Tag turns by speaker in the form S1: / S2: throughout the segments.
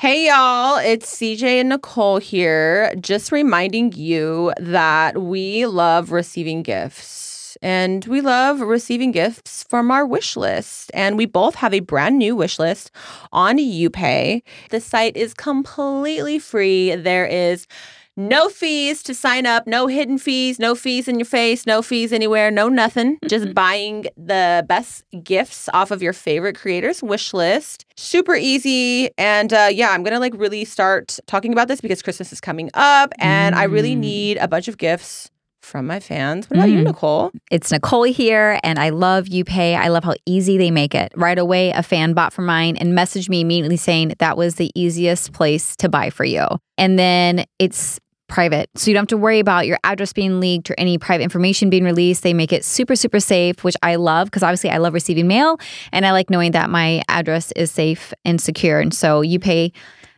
S1: Hey y'all, it's CJ and Nicole here, just reminding you that we love receiving gifts and we love receiving gifts from our wish list. And we both have a brand new wish list on UPay. The site is completely free. There is no fees to sign up, no hidden fees, no fees in your face, no fees anywhere, no nothing. Just buying the best gifts off of your favorite creators' wish list. Super easy. And uh, yeah, I'm going to like really start talking about this because Christmas is coming up and I really
S2: Mm.
S1: need a bunch of gifts from my fans. What about you,
S2: Mm.
S1: Nicole?
S2: It's Nicole here, and I love UPay. I love how easy they make it. Right away, a fan bought for mine and messaged me immediately saying that was the easiest place to buy for you. And then it's private. So you don't have to worry about your address being leaked or any private information being released. They make it super, super safe, which I love because obviously I love receiving mail and I like knowing that my address is safe and secure. And so UPay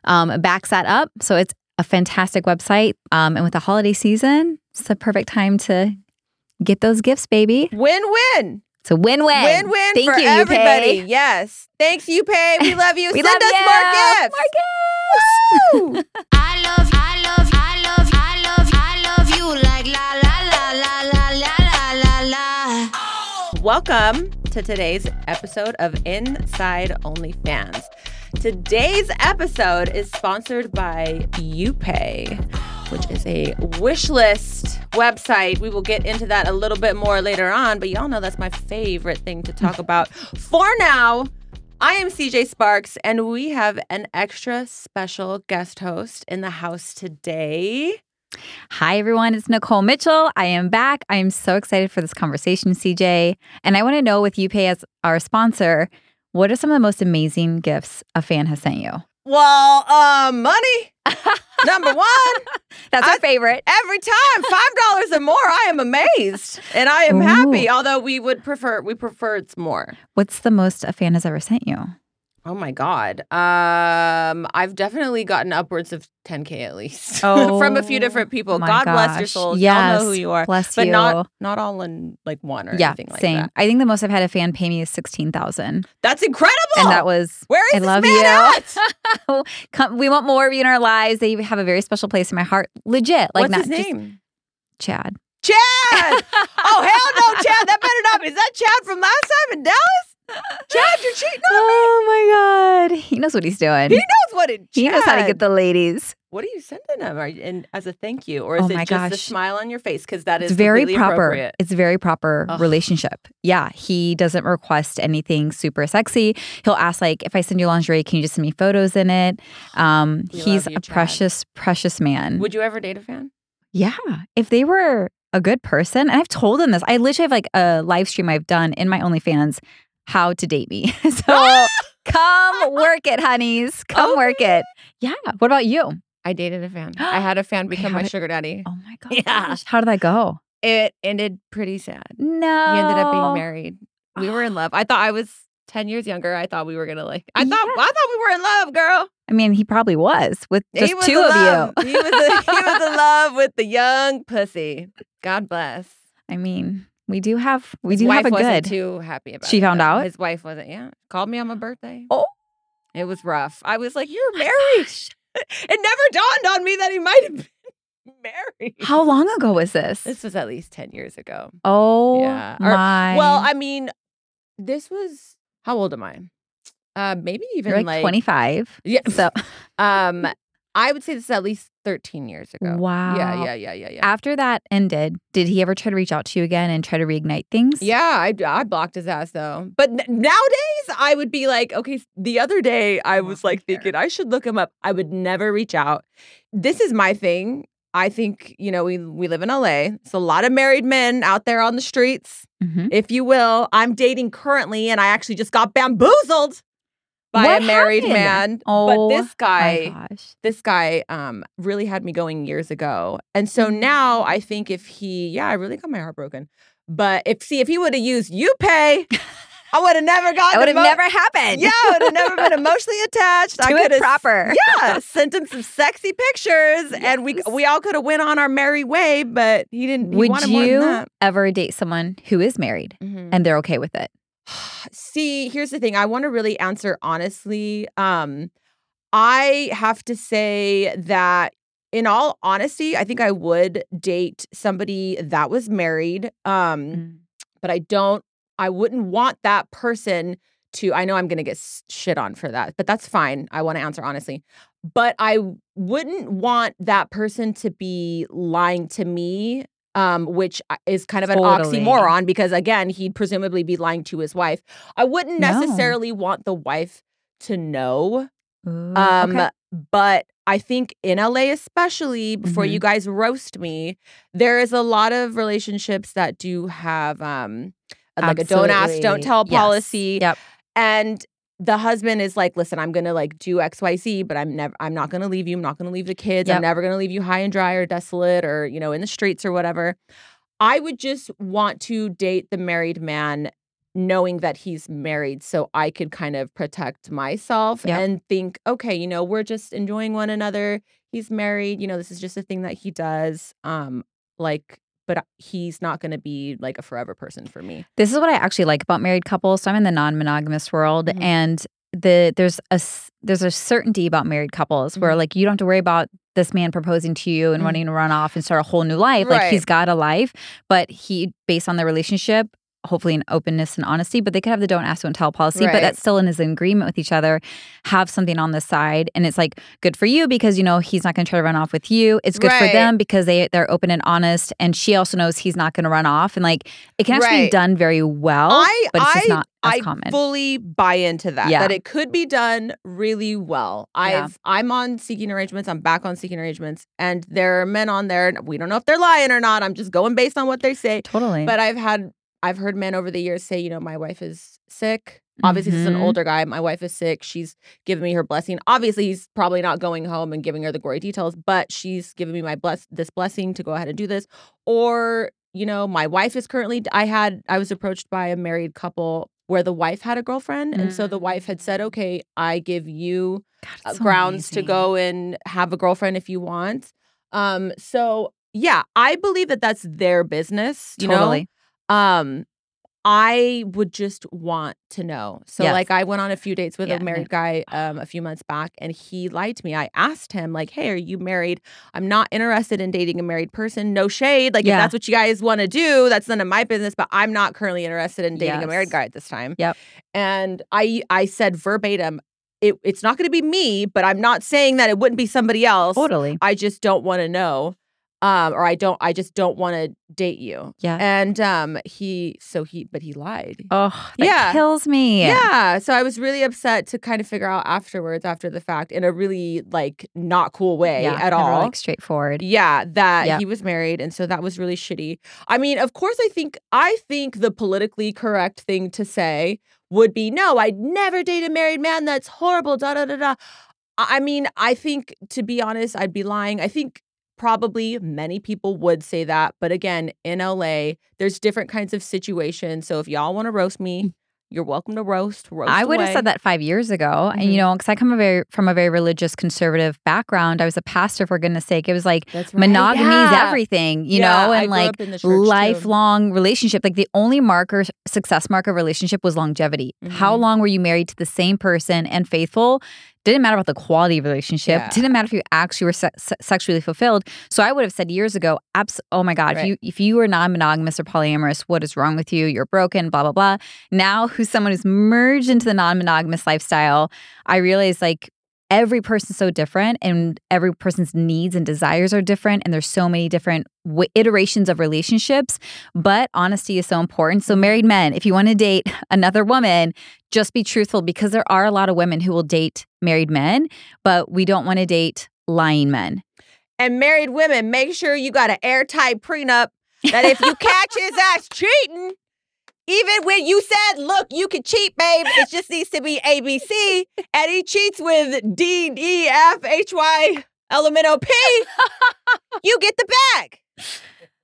S2: um, backs that up. So it's a fantastic website. Um, and with the holiday season, it's the perfect time to get those gifts, baby.
S1: Win win.
S2: It's a win win.
S1: Win win
S2: Thank
S1: for
S2: you,
S1: everybody.
S2: UK.
S1: Yes. Thanks, UPay. We love you.
S2: We
S1: Send
S2: love
S1: us
S2: you.
S1: more gifts.
S2: More
S1: Woo!
S3: I love, I love, I love, I love, I love you like la la la la la la la la la.
S1: Welcome to today's episode of Inside OnlyFans. Today's episode is sponsored by UPay, which is a wish list website. We will get into that a little bit more later on, but y'all know that's my favorite thing to talk about. For now, I am CJ Sparks, and we have an extra special guest host in the house today.
S2: Hi, everyone. It's Nicole Mitchell. I am back. I am so excited for this conversation, CJ. And I want to know with UPay as our sponsor, what are some of the most amazing gifts a fan has sent you?
S1: Well, uh, money, number one.
S2: That's
S1: I-
S2: our favorite.
S1: Every time, five dollars and more, I am amazed and I am
S2: Ooh.
S1: happy. Although we would prefer, we prefer it's more.
S2: What's the most a fan has ever sent you?
S1: Oh my god, um, I've definitely gotten upwards of 10k at least from a few
S2: Oh
S1: different people.
S2: my
S1: God bless your
S2: gosh.
S1: souls. Y'all
S2: Yes.
S1: know who you are,
S2: Bless
S1: but
S2: you.
S1: not not all in like one or
S2: yeah,
S1: anything like
S2: same.
S1: that.
S2: I think the most I've had a fan pay me is 16,000.
S1: That's incredible.
S2: And that was
S1: Where is
S2: I
S1: this
S2: love
S1: man
S2: you.
S1: at?
S2: Come, we want more of you in our lives. They have a very special place in my heart. Legit, like
S1: What's
S2: not
S1: his
S2: just
S1: name?
S2: Chad.
S1: Chad. oh hell no, Chad. That better not. be- Is that Chad from last time in Dallas? Chad, you're cheating on me.
S2: Oh my God, he knows what he's doing.
S1: He knows what it.
S2: He knows how to
S1: Chad.
S2: get the ladies.
S1: What are you sending them? Are you, and as a thank you, or is
S2: Oh
S1: it
S2: my
S1: just the
S2: gosh.
S1: smile on your face? Because that is
S2: It's very
S1: completely
S2: proper.
S1: appropriate.
S2: It's very proper
S1: Ugh.
S2: relationship. Yeah, he doesn't request anything super sexy. He'll ask like, if I send you lingerie, can you just send me photos in it? Um,
S1: We
S2: he's
S1: love you,
S2: a
S1: Chad.
S2: precious, precious man.
S1: Would you ever date a fan?
S2: Yeah. If they were a good person, and I've told them this, I literally have like a live stream I've done in my OnlyFans how to date me. so come work it, honeys. Come
S1: Oh
S2: work it. Yeah. What about you?
S1: I dated a fan. I had a fan
S2: Okay,
S1: become
S2: how
S1: my
S2: did-
S1: sugar daddy.
S2: Oh my gosh.
S1: Yeah.
S2: How did that go?
S1: It ended pretty sad.
S2: No.
S1: We ended up being married. We were in love. I thought I was ten years younger. I thought we were gonna like. I thought
S2: Yeah.
S1: I thought we were in love, girl.
S2: I mean, he probably was with just
S1: he was
S2: two
S1: in
S2: of
S1: love.
S2: you.
S1: he was a, he was in love with the young pussy. God bless.
S2: I mean, we do have we
S1: His
S2: do
S1: wife
S2: have a
S1: wasn't
S2: good.
S1: too happy about
S2: She
S1: it,
S2: found
S1: though.
S2: out?
S1: His wife wasn't. Yeah, called me on my birthday.
S2: Oh.
S1: it was rough. I was like, "You're married." it never dawned on me that he might have been married.
S2: How long ago was this?
S1: This was at least ten years ago.
S2: oh
S1: Yeah. Or-
S2: my!
S1: Well, I mean, this was how old am I? Uh, maybe even
S2: you're like, 25.
S1: Yeah.
S2: So
S1: um, I would say this is at least thirteen years ago.
S2: Wow.
S1: Yeah, yeah, yeah, yeah, yeah.
S2: after that ended, did he ever try to reach out to you again and try to reignite things?
S1: Yeah, I, I blocked his ass though. But n- nowadays, I would be like, okay, s- the other day I
S2: Not
S1: was like
S2: fair.
S1: thinking I should look him up. I would never reach out. This is my thing. I think, you know, we, we live in LA. It's a lot of married men out there on the streets,
S2: Mhm.
S1: if you will. I'm dating currently, and I actually just got bamboozled by
S2: What
S1: a married man.
S2: happened? Oh,
S1: but this guy
S2: My gosh.
S1: this guy um really had me going years ago. And so
S2: Mm.
S1: now I think if he yeah, I really got my heart broken. But if see if he would have used you pay, I would have never gotten
S2: That would have
S1: emo-
S2: never happened.
S1: Yeah, I would have never been emotionally attached. I
S2: Do
S1: could
S2: it
S1: have
S2: proper.
S1: Yeah, sent him some sexy pictures and we
S2: Yes.
S1: we all could have went on our merry way, but he didn't he
S2: Would
S1: wanted more than
S2: you
S1: that. Mm-hmm.
S2: ever date someone who is married and they're okay with it?
S1: um, I have to say that in all honesty, I think I would date somebody that was married. Um, but I don't, I wouldn't want that person to, I know I'm going to get s- shit on for that, but that's fine. I want to answer honestly. But I w- wouldn't want that person to be lying to me, um, which I- is kind of an
S2: Totally.
S1: oxymoron because, again, he'd presumably be lying to his wife. I wouldn't
S2: No.
S1: necessarily want the wife to know.
S2: Ooh,
S1: Um,
S2: Oh, okay.
S1: But I think in LA, especially before
S2: Mm-hmm.
S1: you guys roast me, there is a lot of relationships that do have um, like a don't ask, don't
S2: Absolutely.
S1: tell
S2: Yes.
S1: policy.
S2: Yep.
S1: And the husband is like, listen, I'm gonna like do X, Y, Z, but I'm never, I'm not gonna leave you. I'm not gonna leave the kids.
S2: Yep.
S1: I'm never gonna leave you high and dry or desolate or you know in the streets or whatever. I would just want to date the married man knowing that he's married so I could kind of protect myself
S2: Yep.
S1: and think, okay, you know, we're just enjoying one another. He's married, you know, this is just a thing that he does. Um, like, but uh, he's not gonna be like a forever person for me.
S2: This is what I actually like about married couples. So I'm in the non-monogamous world,
S1: Mhm.
S2: and the there's a s- there's a certainty about married couples
S1: Mm-hmm.
S2: where like you don't have to worry about this man proposing to you and
S1: Mhm.
S2: wanting to run off and start a whole new life. Like
S1: Right.
S2: he's got a life, but he based on the relationship. Hopefully, in openness and honesty, but they could have the don't ask, don't tell policy, but
S1: Right.
S2: that's still in his agreement with each other. Have something on the side, and it's like good for you because you know he's not going to try to run off with you. It's good for
S1: Right.
S2: them because they they're open and honest, and she also knows he's not going to run off. And like it can actually be
S1: Right.
S2: done very well,
S1: I-
S2: but it's just
S1: I-
S2: not as
S1: I
S2: common.
S1: fully buy into that.
S2: Yeah.
S1: That it could be done really well. I've
S2: Yeah.
S1: I'm on seeking arrangements. I'm back on seeking arrangements, and there are men on there. and We don't know if they're lying or not. I'm just going based on what they say.
S2: totally.
S1: But I've had I've heard men over the years say, you know, my wife is sick. Obviously, this is an
S2: Mhm.
S1: older guy. My wife is sick. She's given me her blessing. Obviously, he's probably not going home and giving her the gory details, but she's given me my bless this blessing to go ahead and do this. Or, you know, my wife is currently I had I was approached by a married couple where the wife had a girlfriend. And so the
S2: Mm.
S1: wife had said, Okay, I give you
S2: God,
S1: uh,
S2: it's so
S1: grounds to
S2: amazing.
S1: go and have a girlfriend if you want. Um, so yeah, I believe that that's their business. You
S2: Totally.
S1: Know? Um, I would just want to know. So
S2: Yes.
S1: like, I went on a few dates with
S2: Yeah,
S1: a married guy um, a few months back, and he lied to me. I asked him like, "Hey, are you married? I'm not interested in dating a married person. No shade. Like,
S2: Yeah.
S1: if that's what you guys want to do, that's none of my business. But I'm not currently interested in dating a married
S2: Yes.
S1: guy at this time.
S2: Yep.
S1: And I I said verbatim, it, it's not going to be me, but I'm not saying that it wouldn't be somebody else.
S2: Totally.
S1: I just don't want to know, um, or I don't. I just don't want to date you.
S2: Yeah.
S1: And um, he so he but he lied.
S2: Oh, that
S1: Yeah.
S2: kills me.
S1: Yeah. So I was really upset to kind of figure out afterwards, after the fact, in a really like not cool way
S2: Yeah,
S1: at
S2: never,
S1: all.
S2: Like straightforward.
S1: Yeah, that
S2: Yeah.
S1: he was married, and so that was really shitty. I mean, of course, I think I think the politically correct thing to say would be, "No, I'd never date a married man. That's horrible." Da da da da. I I mean, I think to be honest, I'd be lying. I think probably many people would say that, but again, in LA, there's different kinds of situations. So if y'all want to roast me, you're welcome to roast. Roast.
S2: Mm. I would have
S1: away.
S2: said that five years ago, and you
S1: Mhm.
S2: know, because I come a very from a very religious conservative background. I was a pastor, for goodness sake. It was like
S1: That's right.
S2: monogamy is
S1: Yeah.
S2: everything, you
S1: Yeah,
S2: know,
S1: I
S2: and
S1: grew
S2: like
S1: up in the church, too.
S2: lifelong relationship. Like the only marker, success marker of relationship was longevity. How
S1: Mhm.
S2: long were you married to the same person and faithful? Didn't matter about the quality of the relationship.
S1: Yeah.
S2: Didn't matter if you actually were se- se- sexually fulfilled. So I would have said years ago, abs- oh my God, if
S1: Right.
S2: you if you are non-monogamous or polyamorous, what is wrong with you? You're broken, blah, blah, blah. Now who's someone who's merged into the non-monogamous lifestyle, I realize like every person's so different and every person's needs and desires are different and there's so many different w- iterations of relationships but honesty is so important so married men if you want to date another woman just be truthful because there are a lot of women who will date married men but we don't want to date lying men
S1: and married women, make sure you got an airtight prenup that if you catch his ass cheating, even when you said, look, you can cheat, babe, it just needs to be ABC, and he cheats with D, E, F, H, Y, L, M, N, O, P, you get the bag.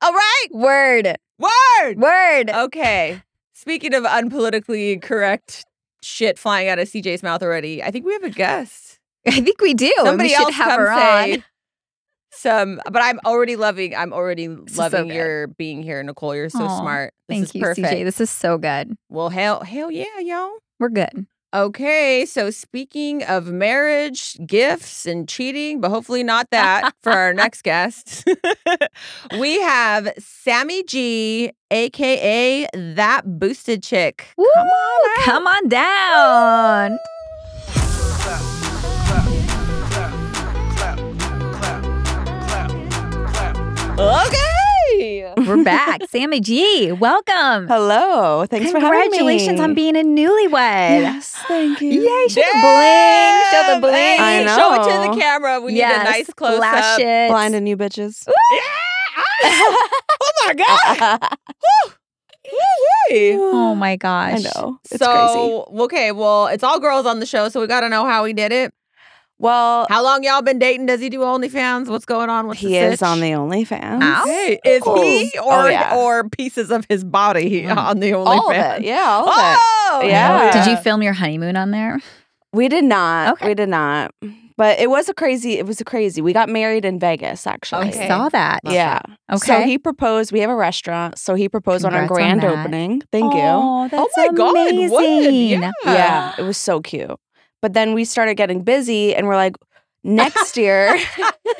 S1: All right?
S2: word
S1: Word.
S2: word
S1: Okay. Speaking of unpolitically correct shit flying out of CJ's mouth already, I think we have a guest.
S2: i think we do Oh, and
S1: Somebody
S2: we should
S1: else
S2: have
S1: come
S2: her
S1: say
S2: on
S1: some, but I'm already loving. I'm already
S2: is so
S1: loving
S2: good.
S1: your being here, Nicole. You're so
S2: Aw,
S1: smart. This
S2: thank
S1: is
S2: you
S1: perfect.
S2: cj this is so good
S1: well, hell, hell yeah, y'all.
S2: we're good
S1: Okay, so speaking of marriage, gifts, and cheating, but hopefully not that for our next guest, we have Sammy G, aka That Boosted Chick. Come on, out.
S2: Come on down.
S1: Okay.
S2: We're back. Sammy G, welcome.
S1: Oh,
S4: Hello. Thanks for having me.
S2: Congratulations on being a newlewed.
S4: Yes, thank you.
S2: Yay, show the bling. Show the
S1: Damn,
S2: bling.
S1: hey,
S4: I
S1: Show it to
S4: know.
S1: the camera. We
S2: Yes,
S1: need a nice close
S2: lash
S1: up.
S2: it.
S4: Blinding you bitches.
S1: Oh my god. Woo-wee.
S2: Oh my gosh.
S4: I know. It's crazy.
S1: so okay, well, it's all girls on the show, so we got to know how he did it.
S4: Well,
S1: How long y'all been dating? Does he do OnlyFans? What's going on? What's
S4: he
S1: the
S4: is
S1: sitch?
S4: on the OnlyFans.
S1: Okay. Is
S4: Cool.
S1: he or
S4: Oh, yeah.
S1: or pieces of his body he-
S2: Mm.
S1: on the OnlyFans?
S4: All of it. Yeah, all of it.
S1: Oh,
S4: Yeah.
S2: Did you film your honeymoon on there?
S4: We did not.
S2: Okay.
S4: We did not. But it was a crazy. It was a crazy. We got married in Vegas, actually.
S2: I
S1: Okay.
S2: saw that.
S4: Yeah.
S2: Okay.
S4: So he proposed. We have a restaurant. So he proposed
S2: Congrats on
S4: on our grand
S2: that.
S4: opening. Thank you.
S2: oh, that's
S1: my God, would,
S2: amazing.
S1: yeah.
S4: Yeah, it was so cute. But then we started getting busy, and we're like, next year.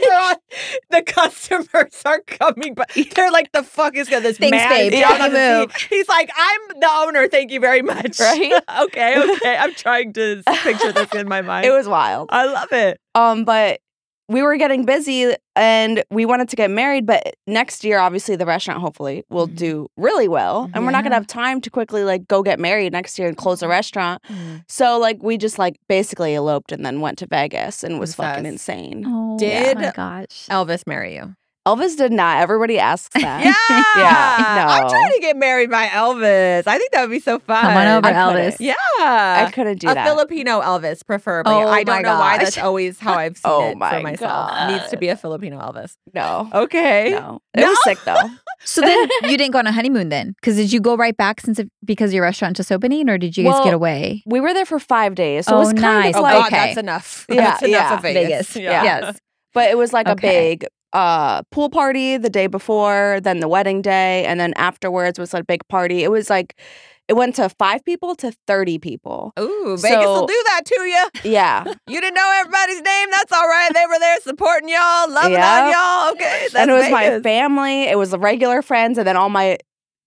S1: the customers are coming, but they're like, "The fuck is gonna this
S2: Thanks,
S1: man
S2: babe.
S1: down
S2: Yeah.
S1: on the seat?" He's like, "I'm the owner. Thank you very much."
S4: Right?
S1: okay. Okay. I'm trying to picture this in my mind.
S4: it was wild.
S1: I love it.
S4: Um, but we were getting busy and we wanted to get married, but next year, obviously, the restaurant hopefully will
S2: Mhm.
S4: do really well. And we're not gonna
S2: Yeah.
S4: have time to quickly like go get married next year and close the restaurant. So like we just like basically eloped and then went to Vegas and was fucking
S1: Confess.
S4: insane.
S2: Oh
S1: Did-
S2: my gosh.
S1: Elvis marry you?
S4: Elvis did not. Everybody asks that.
S1: Yeah.
S4: Yeah,
S1: I'm
S4: no.
S1: trying to get married by Elvis. I think that would be so fun.
S2: Come on over,
S4: I
S2: Elvis.
S4: couldn't.
S1: Yeah.
S4: I couldn't do
S1: a
S4: that.
S1: Filipino Elvis, preferably.
S2: Oh
S1: I don't
S2: my
S1: know why that's
S2: gosh.
S1: always how I've seen
S4: Oh
S1: it for
S4: my
S1: myself. Needs to be a Filipino Elvis.
S4: no.
S1: Okay.
S4: No. It was sick though.
S2: So then you didn't go on a honeymoon then? Because did you go right back since it, because your restaurant just opening, or did you guys
S4: Well,
S2: get away?
S4: We were there for five days. So
S2: Oh,
S4: it was kind
S2: nice.
S4: of
S1: Oh
S4: like
S1: God,
S2: Okay.
S1: that's enough.
S4: Yeah,
S1: that's enough
S4: yeah.
S1: of Vegas.
S4: yeah.
S2: Yes.
S4: But it was like
S2: Okay.
S4: a big uh pool party the day before, then the wedding day, and then afterwards was like a big party. It was like it went to five people to thirty people.
S1: Ooh, Vegas
S4: So-
S1: will do that to you.
S4: Yeah.
S1: You didn't know everybody's name. That's all right. They were there supporting y'all, loving
S4: Yep.
S1: on y'all. Okay, that's
S4: and it was my
S1: Vegas.
S4: family, it was the regular friends, and then all my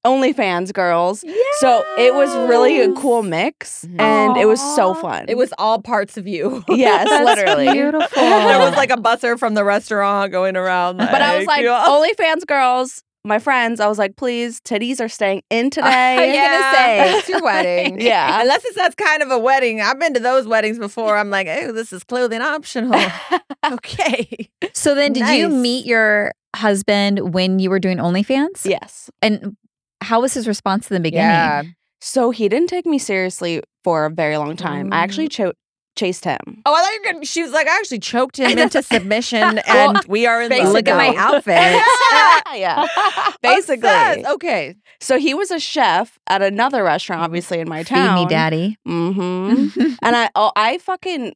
S4: OnlyFans girls.
S1: Yeah.
S4: So it was really a cool mix
S1: Mhm.
S4: and it was so
S2: Aw.
S4: fun.
S1: It was all parts of you.
S4: Yes,
S2: That's
S4: literally.
S2: beautiful.
S1: there was like a busser from the restaurant going around.
S4: But I was like, "Oh,
S1: you know,
S4: OnlyFans girls, my friends, I was like, please, titties are staying in today.
S1: yeah, it's your wedding.
S4: Yeah.
S1: Unless it's that's kind of a wedding. I've been to those weddings before. I'm like, oh, this is clothing optional. okay.
S2: so then, did you
S1: Nice.
S2: meet your husband when you were doing OnlyFans?
S4: Yes.
S2: And how was his response in the beginning?
S4: So he didn't take me seriously for a very long time. I actually
S2: Mm.
S4: cho- chased him.
S1: Oh, I thought you were gonna, she was like, I actually choked him into submission and
S4: Well,
S1: we are in love.
S4: basically.
S1: Look at my outfit.
S4: yeah. Basically.
S1: Obsessed. Okay.
S4: So he was a chef at another restaurant, obviously in my town.
S2: Mm-hmm. Feed me, daddy.
S4: Mm-hmm. and I, oh, I fucking,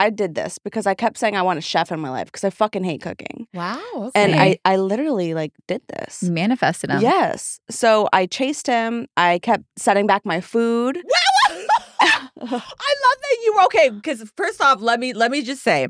S4: I did this because I kept saying I want a chef in my life because I fucking hate cooking,
S1: Wow.
S4: and
S2: Okay.
S4: I, I literally like did this.
S2: Manifested him.
S4: Yes. So I chased him. I kept setting back my food.
S1: I love that you were okay. Because first off, let me let me just say,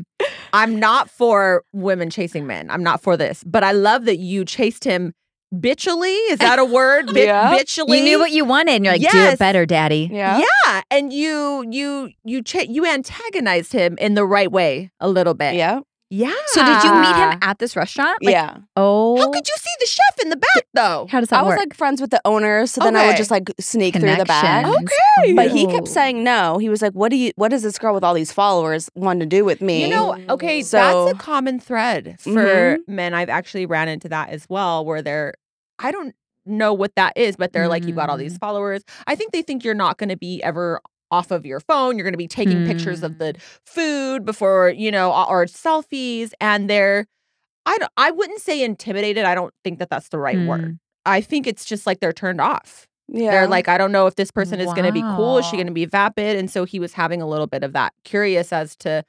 S1: I'm not for women chasing men. I'm not for this. But I love that you chased him bitchily. Is that a word? Bit-
S4: Yeah.
S1: Bitchily.
S2: You knew what you wanted, and you're like, do
S1: Yes.
S2: it better, daddy.
S4: Yeah.
S1: Yeah, and you you you cha- you antagonized him in the right way a little bit.
S4: Yeah.
S1: Yeah.
S2: So did you meet him at this restaurant? Like,
S4: yeah.
S2: Oh.
S1: How could you see the chef in the back though?
S2: How does that
S4: I was
S2: work?
S4: like friends with the owner, so then I would
S1: Okay. Oh,
S4: just like sneak through the back.
S2: Connections.
S1: Okay.
S4: But he kept
S2: Oh.
S4: saying no. He was like, "What do you? What does this girl with all these followers want to do with me?"
S1: You know, okay,
S4: So-
S1: that's a common thread for men. I've actually ran into that as well, where they're, I don't know what that is, but they're like, you've got all these followers. I think they think you're not going to be ever off of your phone. You're going to be taking pictures of the food before, you know, or- or selfies. And they're, I, don't, I wouldn't say intimidated. I don't think that that's the right word. I think it's just like they're turned off.
S4: yeah,
S1: They're like, I don't know if this person is going to be cool. Is she
S2: Wow.
S1: going to be vapid? And so he was having a little bit of that, curious as to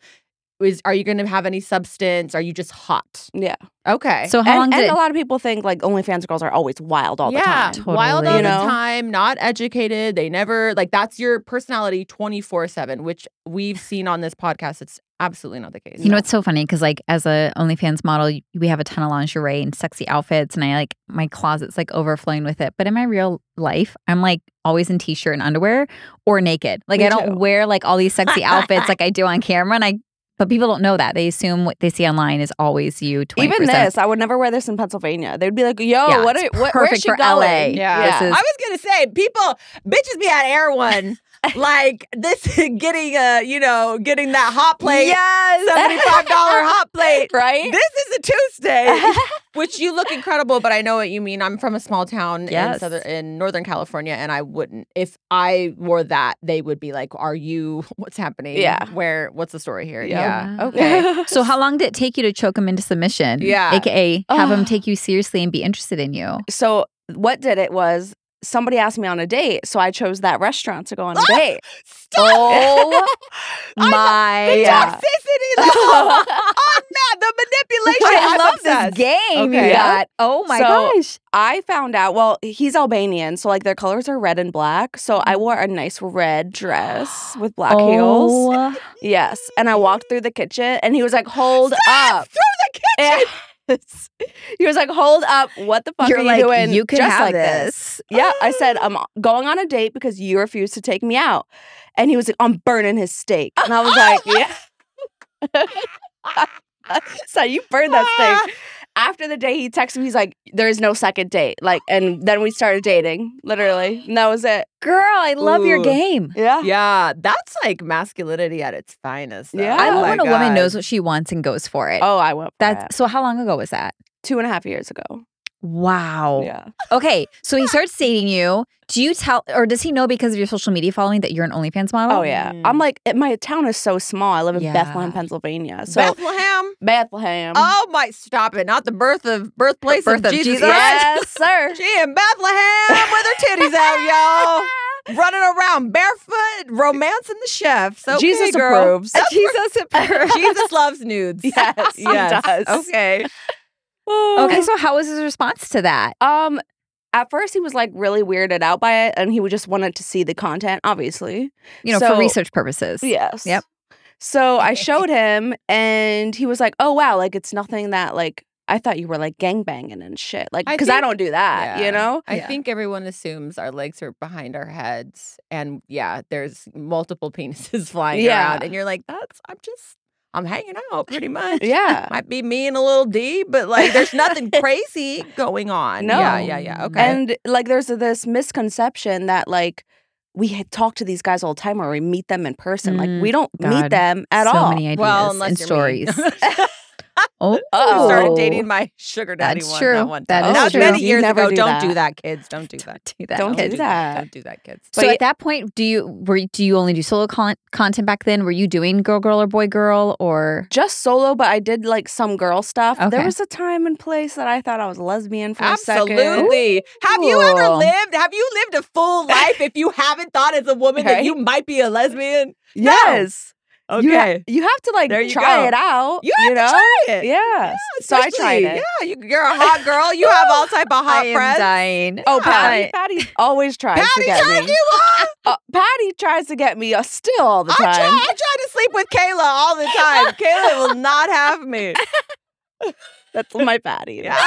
S1: Is are you going to have any substance? Are you just hot?
S4: Yeah.
S1: Okay.
S2: So how long
S4: and,
S2: did
S4: and
S2: it-
S4: a lot of people think like OnlyFans girls are always wild all the
S1: yeah,
S4: time.
S1: wild
S2: Totally.
S1: all
S4: You
S1: the
S4: know?
S1: time, not educated. They never like that's your personality twenty four seven, which we've seen on this podcast. It's absolutely not the case.
S2: You know, it's so funny because, like, as a OnlyFans model, y- we have a ton of lingerie and sexy outfits, and I like my closet's like overflowing with it. But in my real life, I'm like always in t-shirt and underwear or naked. Like,
S1: Me
S2: I don't
S1: too.
S2: wear like all these sexy outfits like I do on camera, and I. But people don't know that. They assume what they see online is always you. 20%.
S4: Even this, I would never wear this in Pennsylvania. They'd be like, "Yo,
S2: Yeah,
S4: what?
S2: it's
S4: Are, what where's
S2: perfect
S4: she
S2: for
S4: going?"
S2: LA.
S1: Yeah.
S2: This is-
S1: I was gonna say, people, bitches be at Air One, like this, getting uh, you know, getting that hot plate,
S4: Yes.
S1: seventy five dollar hot plate.
S4: right?
S1: This is a Tuesday, which you look incredible, but I know what you mean. I'm from a small town in
S2: Yes.
S1: southern in Northern California, and I wouldn't if I wore that, they would be like, "Are you? What's happening?
S4: Yeah.
S1: where? What's the story here?
S4: Yeah.
S1: Yeah, okay."
S2: So how long did it take you to choke him into submission?
S1: Yeah.
S2: aka have him
S4: Ugh.
S2: take you seriously and be interested in you.
S4: so what did it was somebody asked me on a date, so I chose that restaurant to go on a date.
S1: Stop
S4: Oh
S1: the
S4: my!
S1: toxicity level. I'm not the manipulation.
S2: I
S1: I'm
S2: love
S1: obsessed.
S2: this game
S1: Okay.
S2: you got. Oh my
S4: So-
S2: gosh!
S4: I found out. Well, he's Albanian, so like their colors are red and black. So
S2: Mm.
S4: I wore a nice red dress with black heels.
S2: Oh.
S4: Yes, and I walked through the kitchen, and he was like, "Hold up!"
S1: Through the kitchen.
S4: Yes. He was like, "Hold up! What the fuck
S2: You're
S4: are you
S2: like,
S4: doing?
S2: you could
S4: just
S2: have
S4: like
S2: this. Oh.
S4: Yeah, I said I'm going on a date because you refused to take me out, and he was like, "I'm burning his steak," and I was like, "Yeah." so you burned that
S1: Ah.
S4: steak. After the day, he texted me. He's like, "There is no second date." Like, and then we started dating, literally, and that was it.
S2: Girl, I love your
S1: Ooh.
S2: game.
S4: Yeah,
S1: Yeah, that's like masculinity at its finest. though.
S4: Yeah.
S2: I
S4: Oh
S2: love
S1: my
S2: when a woman
S1: God.
S2: knows what she wants and goes for it.
S4: Oh, I went.
S2: That's
S4: That's
S2: so how long ago was that?
S4: two and a half years ago.
S1: Oh.
S2: Wow.
S4: Yeah.
S2: Okay. So he starts dating you. Do you tell or does he know because of your social media following that you're an OnlyFans model?
S4: Oh yeah.
S1: Mm.
S4: I'm like, it, my town is so small. I live in
S2: Yeah.
S4: Bethlehem, Pennsylvania. So
S1: Bethlehem.
S4: Bethlehem.
S1: Oh my! Stop it! Not the birth of birthplace
S2: Birth
S1: of
S2: of
S1: Jesus.
S2: Jesus.
S4: yes, sir.
S1: She in Bethlehem with her titties out, y'all, running around barefoot, romancing the chef. So
S4: Jesus
S1: girl.
S4: approves.
S2: Jesus approves.
S1: Jesus loves nudes.
S4: Yes, he does. Oh.
S1: Okay.
S2: okay, so how was his response to that?
S4: Um, at first he was like really weirded out by it, and he would just wanted to see the content, obviously.
S2: You know,
S4: So-
S2: for research purposes.
S4: Yes.
S2: Yep.
S4: So I showed him, and he was like, "Oh wow, like it's nothing that like I thought you were like gangbanging and shit, like
S1: I
S4: because I,
S1: think-
S4: don't do that,
S1: Yeah.
S4: you know."
S1: I
S2: Yeah.
S1: think everyone assumes our legs are behind our heads, and yeah, there's multiple penises flying
S4: Yeah.
S1: around, and you're like, "That's I'm just I'm hanging out pretty much."
S4: Yeah.
S1: might be me and a little D, but like, there's nothing crazy going on. yeah, yeah, yeah.
S2: No.
S1: Okay,
S4: And like, there's this misconception that like we had talked to these guys all the time, or we meet them in person.
S2: Mm,
S4: like we don't meet
S2: God.
S4: them at
S2: so
S4: all.
S2: many ideas
S1: well, unless
S2: and
S1: you're
S2: stories.
S1: Me.
S2: oh,
S1: I
S4: Uh-oh.
S1: started dating my sugar daddy
S2: That's
S1: one.
S2: true.
S1: That one.
S2: That
S1: time.
S4: is
S1: that was
S4: true.
S1: many
S4: You
S1: years
S4: never
S1: ago.
S4: do
S1: don't
S4: that.
S1: do that, kids. Don't do that.
S2: do that.
S4: Don't
S2: kids.
S4: do that.
S1: Don't do that, kids.
S2: So
S4: But
S2: at that point, do you were you- do you only do solo con- content back then? Were you doing girl, girl, or boy, girl, or
S4: just solo, but I did like some girl stuff. There
S2: Okay.
S4: was a time and place that I thought I was lesbian for a second.
S1: Absolutely. Have you ever
S2: Ooh.
S1: lived? Have you lived a full life if you haven't thought as a woman that
S4: Right?
S1: you might be a lesbian?
S4: Yes. You, ha-
S1: Okay.
S4: you have to like
S1: There you
S4: try
S1: go.
S4: it out.
S1: You have to
S4: know?
S1: try it.
S4: Yeah. So I tried
S1: Especially-
S4: it.
S1: Yeah, you, you're a hot girl. You have all type of hot friends.
S2: dying?
S4: Oh,
S1: Yeah.
S4: Patty. Patty always tries
S1: Patty,
S4: to get
S1: tell
S4: me.
S1: you what.
S4: Uh, Patty tries to get me uh, still all the
S1: I try,
S4: time.
S1: I try to sleep with Kayla all the time. Kayla will not have me.
S4: That's my Patty.
S1: Yeah,
S4: That's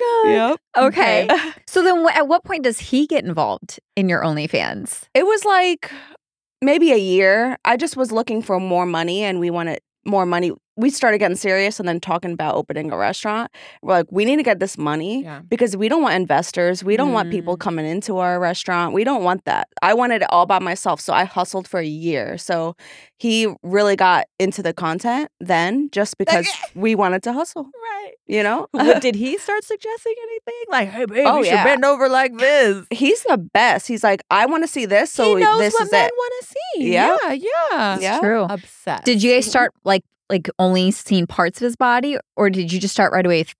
S4: so funny.
S1: yeah. Yep.
S2: Okay. so then, wh- at what point does he get involved in your OnlyFans?
S4: It was like maybe a year. I just was looking for more money and we wanted more money. We started getting serious and then talking about opening a restaurant. We're like, we need to get this money
S1: Yeah.
S4: because we don't want investors. We don't want people
S1: Mm.
S4: coming into our restaurant. We don't want that. I wanted it all by myself. So I hustled for a year. So he really got into the content then just because we wanted to hustle,
S1: Right.
S4: you know?
S1: What- did he start suggesting anything? Like, hey, babe,
S4: Oh,
S1: you should
S4: yeah.
S1: bend over like this.
S4: He's the best. He's like, I want to see this. So
S1: he knows
S4: this
S1: what
S4: is
S1: men
S4: it.
S1: want to see.
S4: Yeah.
S1: Yeah, yeah.
S4: Yeah.
S2: True.
S1: Obsessed.
S2: Did you guys start like like only seeing parts of his body, or did you just start right away with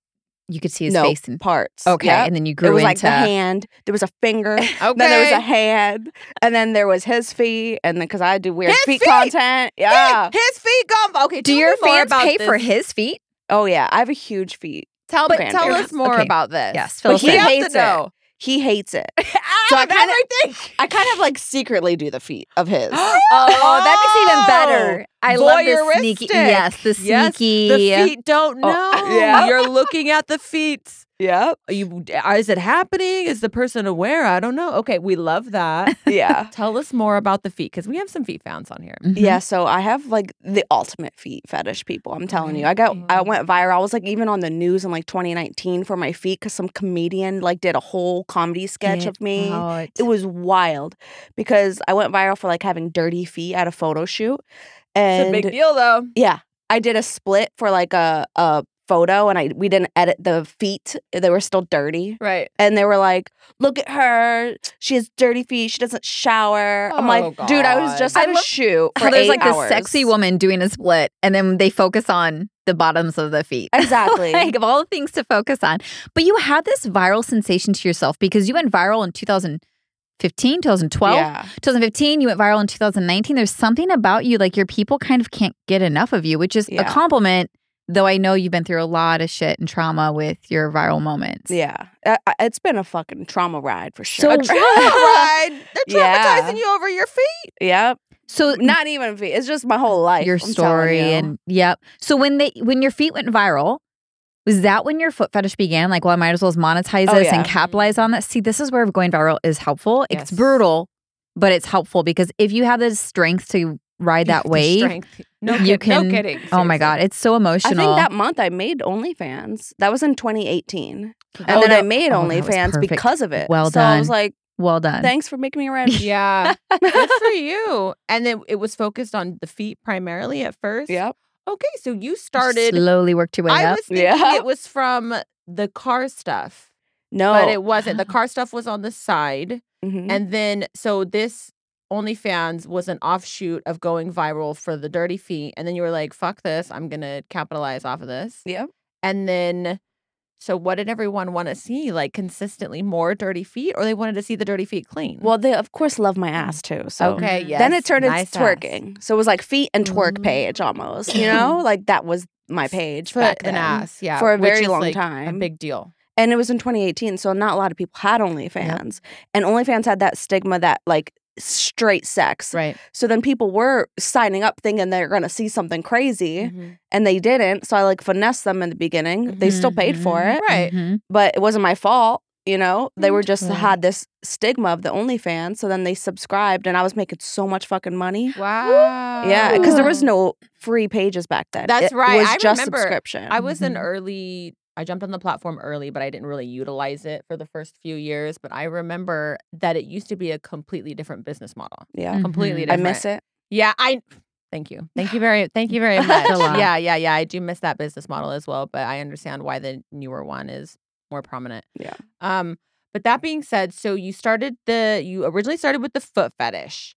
S2: you could see his
S4: no
S2: face. And,
S4: parts.
S2: okay,
S4: Yep.
S2: and then you
S4: it
S2: grew
S4: was
S2: into
S4: like the hand. There was a finger.
S1: Okay.
S4: Then there was a hand, and then there was his feet, and then because I do weird
S1: His
S4: feet,
S1: feet!
S4: content. Yeah.
S1: His, his feet gone. Okay.
S2: Do
S1: tell
S2: your
S1: me more
S2: fans
S1: about
S2: pay for
S1: this.
S2: his feet?
S4: Oh yeah, I have a huge feet.
S1: Tell,
S4: But-
S1: tell
S4: Okay.
S1: us more
S2: Okay.
S1: about this.
S2: Yes, fill
S1: But
S2: us
S1: he
S2: in.
S1: has
S4: Hates
S1: to know.
S4: He hates it.
S1: Out
S4: So
S1: of
S4: I kinda-
S1: everything.
S4: I kind of like secretly do the feet of his.
S2: Oh, that makes it even better. I love the sneaky.
S1: Voyeuristic.
S2: Oh, Yes, the
S1: Yes,
S2: sneaky.
S1: The feet don't
S4: Oh,
S1: know.
S4: yeah.
S1: You're looking at the feet.
S4: yep.
S1: Are you, is it happening? Is the person aware? I don't know. Okay, we love that.
S4: Yeah.
S1: Tell us more about the feet because we have some feet founds on here.
S2: Mhm.
S4: Yeah, so I have like the ultimate feet fetish people. I'm telling you, I got I went viral. I was like even on the news in like 2019 for my feet because some comedian like did a whole comedy sketch
S2: Get
S4: of me.
S2: out.
S4: It was wild because I went viral for like having dirty feet at a photo shoot,
S1: It's a
S4: and
S1: big deal though.
S4: yeah, I did a split for like a a photo, and I we didn't edit the feet; they were still dirty.
S1: Right.
S4: And they were like, "Look at her; she has dirty feet. She doesn't shower." I'm like,
S1: Oh,
S4: "Dude, I was just
S1: God.
S4: at
S2: I
S4: a
S2: love
S4: shoot."
S2: How
S4: for
S2: there's
S4: eight
S2: like
S4: hours.
S2: this sexy woman doing a split, and then they focus on the bottoms of the feet.
S4: Exactly.
S2: like of all the things to focus on. But you had this viral sensation to yourself because you went viral in 2015, 2012,
S4: Yeah.
S2: 2015. You went viral in 2019. There's something about you like your people kind of can't get enough of you, which is a
S4: Yeah.
S2: compliment. Though I know you've been through a lot of shit and trauma with your viral moments.
S4: Yeah. I, I- it's been a fucking trauma ride for sure.
S1: A trauma ride. They're
S4: Yeah.
S1: traumatizing you over your feet.
S4: yeah.
S2: So
S4: Not even feet. It's just my whole life.
S2: your
S4: I'm telling
S2: story
S4: you.
S2: and yep. So when they when your feet went viral, was that when your foot fetish began? Like, well, I might as well monetize
S4: Oh,
S2: this
S4: yeah.
S2: and capitalize on that. See, this is where going viral is helpful.
S1: Mm-hmm. Yes.
S2: It's brutal, but it's helpful because if you have the strength to ride that
S1: The
S2: wave,
S1: strength. No,
S2: you
S1: kid- no
S2: can-
S1: kidding.
S2: oh my god, it's so
S4: I
S2: emotional.
S4: think that month I made OnlyFans. That was in 2018. And
S2: Oh,
S4: then
S2: no.
S4: I made
S2: Oh, that was
S4: OnlyFans
S2: perfect.
S4: because of it.
S2: Well
S4: so I was
S2: done.
S4: like,
S2: well done.
S4: thanks for making me rich.
S1: Yeah. Good for you. And then it was focused on the feet primarily at first.
S4: yep.
S1: Okay, so you
S2: You
S1: started.
S2: slowly worked your way
S1: I
S2: up.
S1: was thinking
S4: Yeah.
S1: it was from the car stuff,
S4: No.
S1: but it wasn't. The car stuff was on the side.
S4: Mhm.
S1: And then, so this OnlyFans was an offshoot of going viral for the dirty feet. And then you were like, fuck this. I'm going to capitalize off of this.
S4: Yep.
S1: And then, so what did everyone want to see? Like consistently more dirty feet, or they wanted to see the dirty feet clean? Oh.
S4: Well, they of course love my ass
S2: Mm-hmm.
S4: too.
S2: Oh,
S4: So
S1: okay, yes.
S4: then it turned
S1: nice
S4: into twerking. So it was like feet and twerk page almost, you know? like that was my
S1: Ass.
S4: page
S1: Foot
S4: back
S1: and
S4: then.
S1: ass, yeah.
S4: for a
S1: which
S4: very
S1: is,
S4: long
S1: like, A
S4: time.
S1: big deal.
S4: and it was in 2018 so not a lot of people had onlyfans and onlyfans had that stigma that like straight sex
S1: Right.
S2: Mm-hmm,
S4: so then people were signing up thinking they're going to see something crazy
S1: Mm. Mm-hmm.
S4: and they didn't so i like finessed them in the beginning they still paid for
S2: Mhm.
S4: it
S1: Mm-hmm. Right. Mm,
S2: Mhm.
S4: but it wasn't my fault you know they were just
S2: Right.
S4: had this stigma of the onlyfans so then they subscribed and i was making so much fucking money
S1: Wow.
S4: yeah because there was no free pages back then
S1: Oh. That's
S4: It
S1: right.
S4: was
S1: I
S4: just
S1: remember.
S4: subscription
S1: I was an
S4: Mm-hmm.
S2: Mhm.
S1: early. I jumped on the platform early, but I didn't really utilize it for the first few years. But I remember that it used to be a completely different business model.
S4: yeah
S1: Completely
S4: i
S2: mm-hmm.
S1: different.
S4: miss it
S1: Yeah, I. Thank you. Thank you very. Thank you very
S2: It's
S1: much.
S2: a lot.
S1: yeah, yeah, yeah. I do miss that business model as well, but I understand why the newer one is more prominent.
S4: Yeah.
S1: Um. But that being said, so you started the. You originally started with the foot fetish.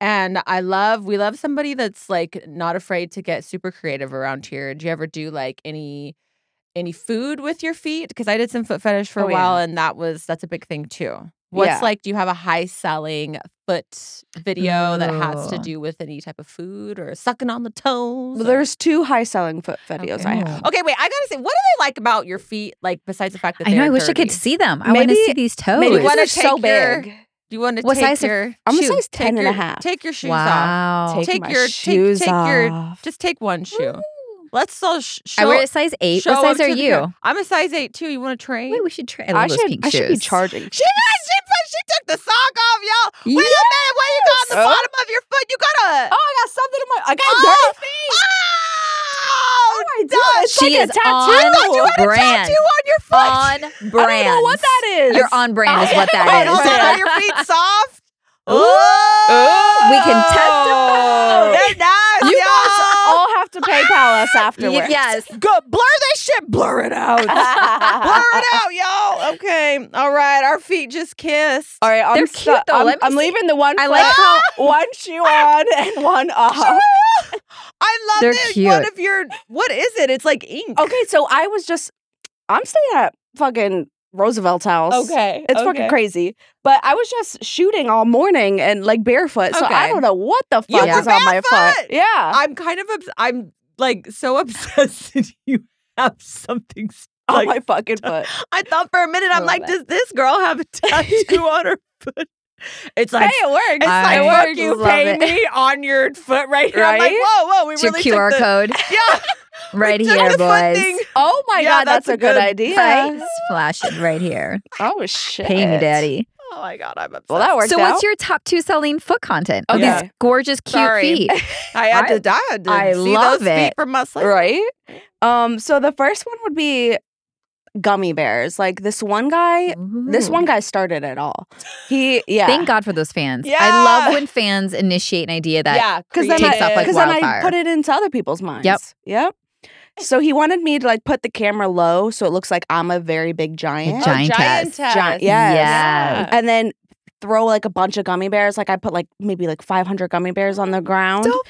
S1: And I love, we love somebody that's like not afraid to get super creative around here. Do you ever do like any, any food with your feet? Because I did some foot fetish for a
S4: Oh,
S1: while, and that was that's a big thing too. What's
S4: Yeah.
S1: like? Do you have a high selling foot video that has to
S2: Ooh.
S1: do with any type of food or sucking on the toes?
S4: Well,
S1: or-
S4: there's two high selling foot videos I
S2: Oh,
S4: have.
S1: okay, wait. I oh, gotta say, what do they like about your feet? Like besides the fact that
S2: I know.
S1: they're
S2: I wish I could
S1: dirty?
S2: see them. I want to
S4: Maybe-
S2: see these toes.
S4: Maybe
S1: Oh. Maybe
S4: because
S1: wanna
S4: they're so
S1: take your-
S4: big.
S1: Do you want to
S2: What
S1: take
S2: size of-
S1: your?
S4: I'm a
S1: shoe-
S4: size
S1: take
S4: 10 and
S1: your-
S4: a half.
S1: Take your shoes off.
S2: wow.
S1: Take your- take- take your- Just take one shoe. Let's all sh- show.
S2: I wear a size eight.
S1: show
S2: What size
S1: them
S2: are
S1: to the
S2: you?
S1: group. I'm a size eight too. You want to trade?
S2: Wait, we should try. I,
S4: I,
S2: love those
S4: should.
S2: pink
S4: I should be
S2: shoes.
S4: charging.
S1: She, she, she took the sock off, y'all. Wait a minute. Why you got on the
S4: Yes.
S1: bottom of your foot? You got a.
S4: Oh, I got something in my. I got
S1: Oh,
S4: dirty feet.
S1: Oh,
S4: Oh my God, it's
S2: She
S4: like a
S2: is
S4: tattoo.
S2: on
S4: I thought you had
S1: had a
S2: brand.
S1: tattoo on your foot.
S2: on brand.
S4: I don't know what that is.
S2: You're on brand is what
S1: Oh,
S2: that is.
S1: are your feet soft?
S4: Ooh.
S1: Ooh.
S2: We can testify.
S1: Oh, They're nice,
S4: You guys
S1: y'all.
S4: all have to PayPal us
S2: You-
S4: afterwards.
S2: yes.
S1: Go blur that shit. Blur it out. blur it out, y'all. Okay. All right. Our feet just kissed.
S4: All right, I'm
S2: They're cute,
S4: stu-
S2: though.
S4: I'm,
S2: Let me
S4: I'm
S2: see.
S4: leaving the one
S2: I
S4: foot,
S2: like how-
S4: one shoe on and one off.
S1: I love
S2: They're
S1: it.
S2: cute.
S4: Oh,
S1: One of your what is it? It's like ink.
S4: Okay, so I was just I'm staying at fucking Roosevelt's house.
S1: Okay.
S4: It's fucking crazy. But I was just shooting all morning and like barefoot. So I
S1: Okay.
S4: don't know what the
S1: You
S4: fuck
S2: were
S4: is on my
S1: barefoot?
S4: foot. Yeah.
S1: I'm kind of obs- I'm like so obsessed that you have something. s-
S4: on
S1: Like,
S4: my fucking foot.
S1: I thought for a minute I'm
S2: Little
S1: like, does
S2: bit.
S1: this girl have a tattoo on her foot? It's like.
S4: hey, it works.
S1: It's
S2: I
S1: like
S2: works.
S1: fuck you,
S2: love
S1: pay
S2: it.
S1: me on your foot right here. I'm like,
S4: Right?
S1: whoa, whoa, we
S2: It's your
S1: really
S2: QR
S1: took the,
S2: code
S1: Yeah, we
S2: right
S1: took
S2: here,
S1: the foot
S2: boys.
S1: thing.
S4: Oh my
S1: Yeah,
S4: god, that's, a good, idea.
S2: Right? Flash it right here.
S4: Oh shit.
S2: Pay me, daddy.
S1: Oh my god, I'm obsessed.
S4: Well, that worked
S2: so,
S4: out.
S2: what's your top two selling foot content? Oh,
S4: Okay.
S2: these gorgeous, cute
S1: Sorry.
S2: feet.
S1: I had
S2: I-
S1: to die. I, had to
S2: I
S1: see
S2: love
S1: those
S2: it.
S1: feet for muscle.
S4: right? Um, so the first one would be gummy bears. Like this one guy, this one guy started it all. He yeah.
S2: Thank God for those fans. I
S1: Yeah.
S2: love when fans initiate an idea that
S1: yeah,
S4: because then,
S2: Takes
S4: I,
S2: off like
S4: cause then I
S2: wildfire.
S4: put it into other people's minds.
S2: Yep.
S4: Yep. So he wanted me to like put the camera low so it looks like I'm a very big
S2: A
S4: giant.
S2: giant test.
S4: Giant- yes.
S2: Yes.
S4: And then throw like a bunch of gummy bears. Like I put like maybe like 500 gummy bears on the ground.
S2: So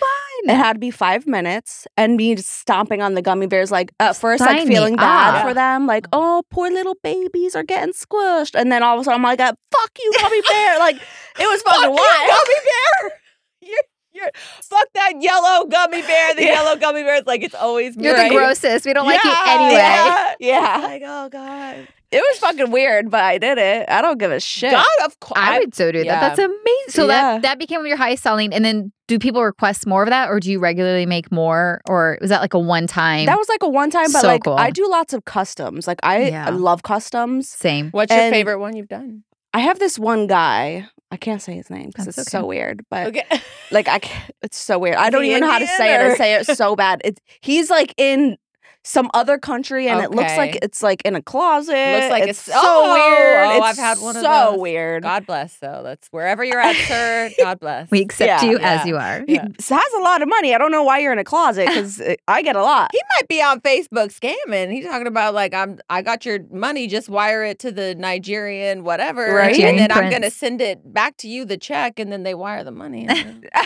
S4: It had to be five minutes, and me just stomping on the gummy bears, like at first, like
S2: Sign me
S4: feeling bad
S2: up.
S4: for them, like oh, poor little babies are getting squished, and then all of a sudden I'm like, fuck you, gummy bear, like it was
S1: Fuck
S4: fucking
S1: you,
S4: wild.
S1: gummy bear. You're, you're, fuck that yellow gummy bear. The
S4: Yeah.
S1: yellow gummy bear is like it's always
S2: You're
S1: right.
S2: the grossest. We don't like you
S1: Yeah,
S2: anyway.
S1: yeah. It's
S4: Yeah,
S1: Like oh god,
S4: it was fucking weird, but I did it. I don't give a shit.
S1: god of course.
S2: I would so do
S1: yeah.
S2: that. That's amazing. So
S4: Yeah.
S2: that that became your highest selling. And then do people request more of that or do you regularly make more? Or was that like a one time
S4: That was like a one time, but
S2: So
S4: like
S2: cool.
S4: I do lots of customs. Like I
S2: Yeah.
S4: love customs.
S2: same?
S1: What's
S4: And-
S1: one you've done?
S4: I have this one guy. I can't say his name because
S2: That's
S4: it's so
S2: okay.
S4: weird, but
S1: Okay.
S4: Like I, can't, it's so weird. I don't
S1: he
S4: even know how to
S1: Indian,
S4: say it. I
S1: or-
S4: say it so bad. It's he's like in some other country, and it looks like
S1: Okay.
S4: it's like in a closet.
S1: Looks like
S4: it's
S1: it's-
S4: so
S1: oh,
S4: weird.
S1: oh,
S4: it's
S1: I've had one
S4: so
S1: of those.
S4: weird.
S1: God bless though. That's wherever you're at, sir. God bless.
S2: We accept
S4: Yeah,
S2: you
S1: yeah.
S2: as you are.
S4: He
S1: Yeah.
S4: has a lot of money. I don't know why you're in a closet because I get a lot.
S1: He might be on Facebook scamming. He's talking about like I'm I got your money, just wire it to the Nigerian whatever.
S4: Right.
S1: And
S2: Nigerian
S1: then I'm gonna
S2: prince.
S1: send it back to you the check and then they wire the money. And then-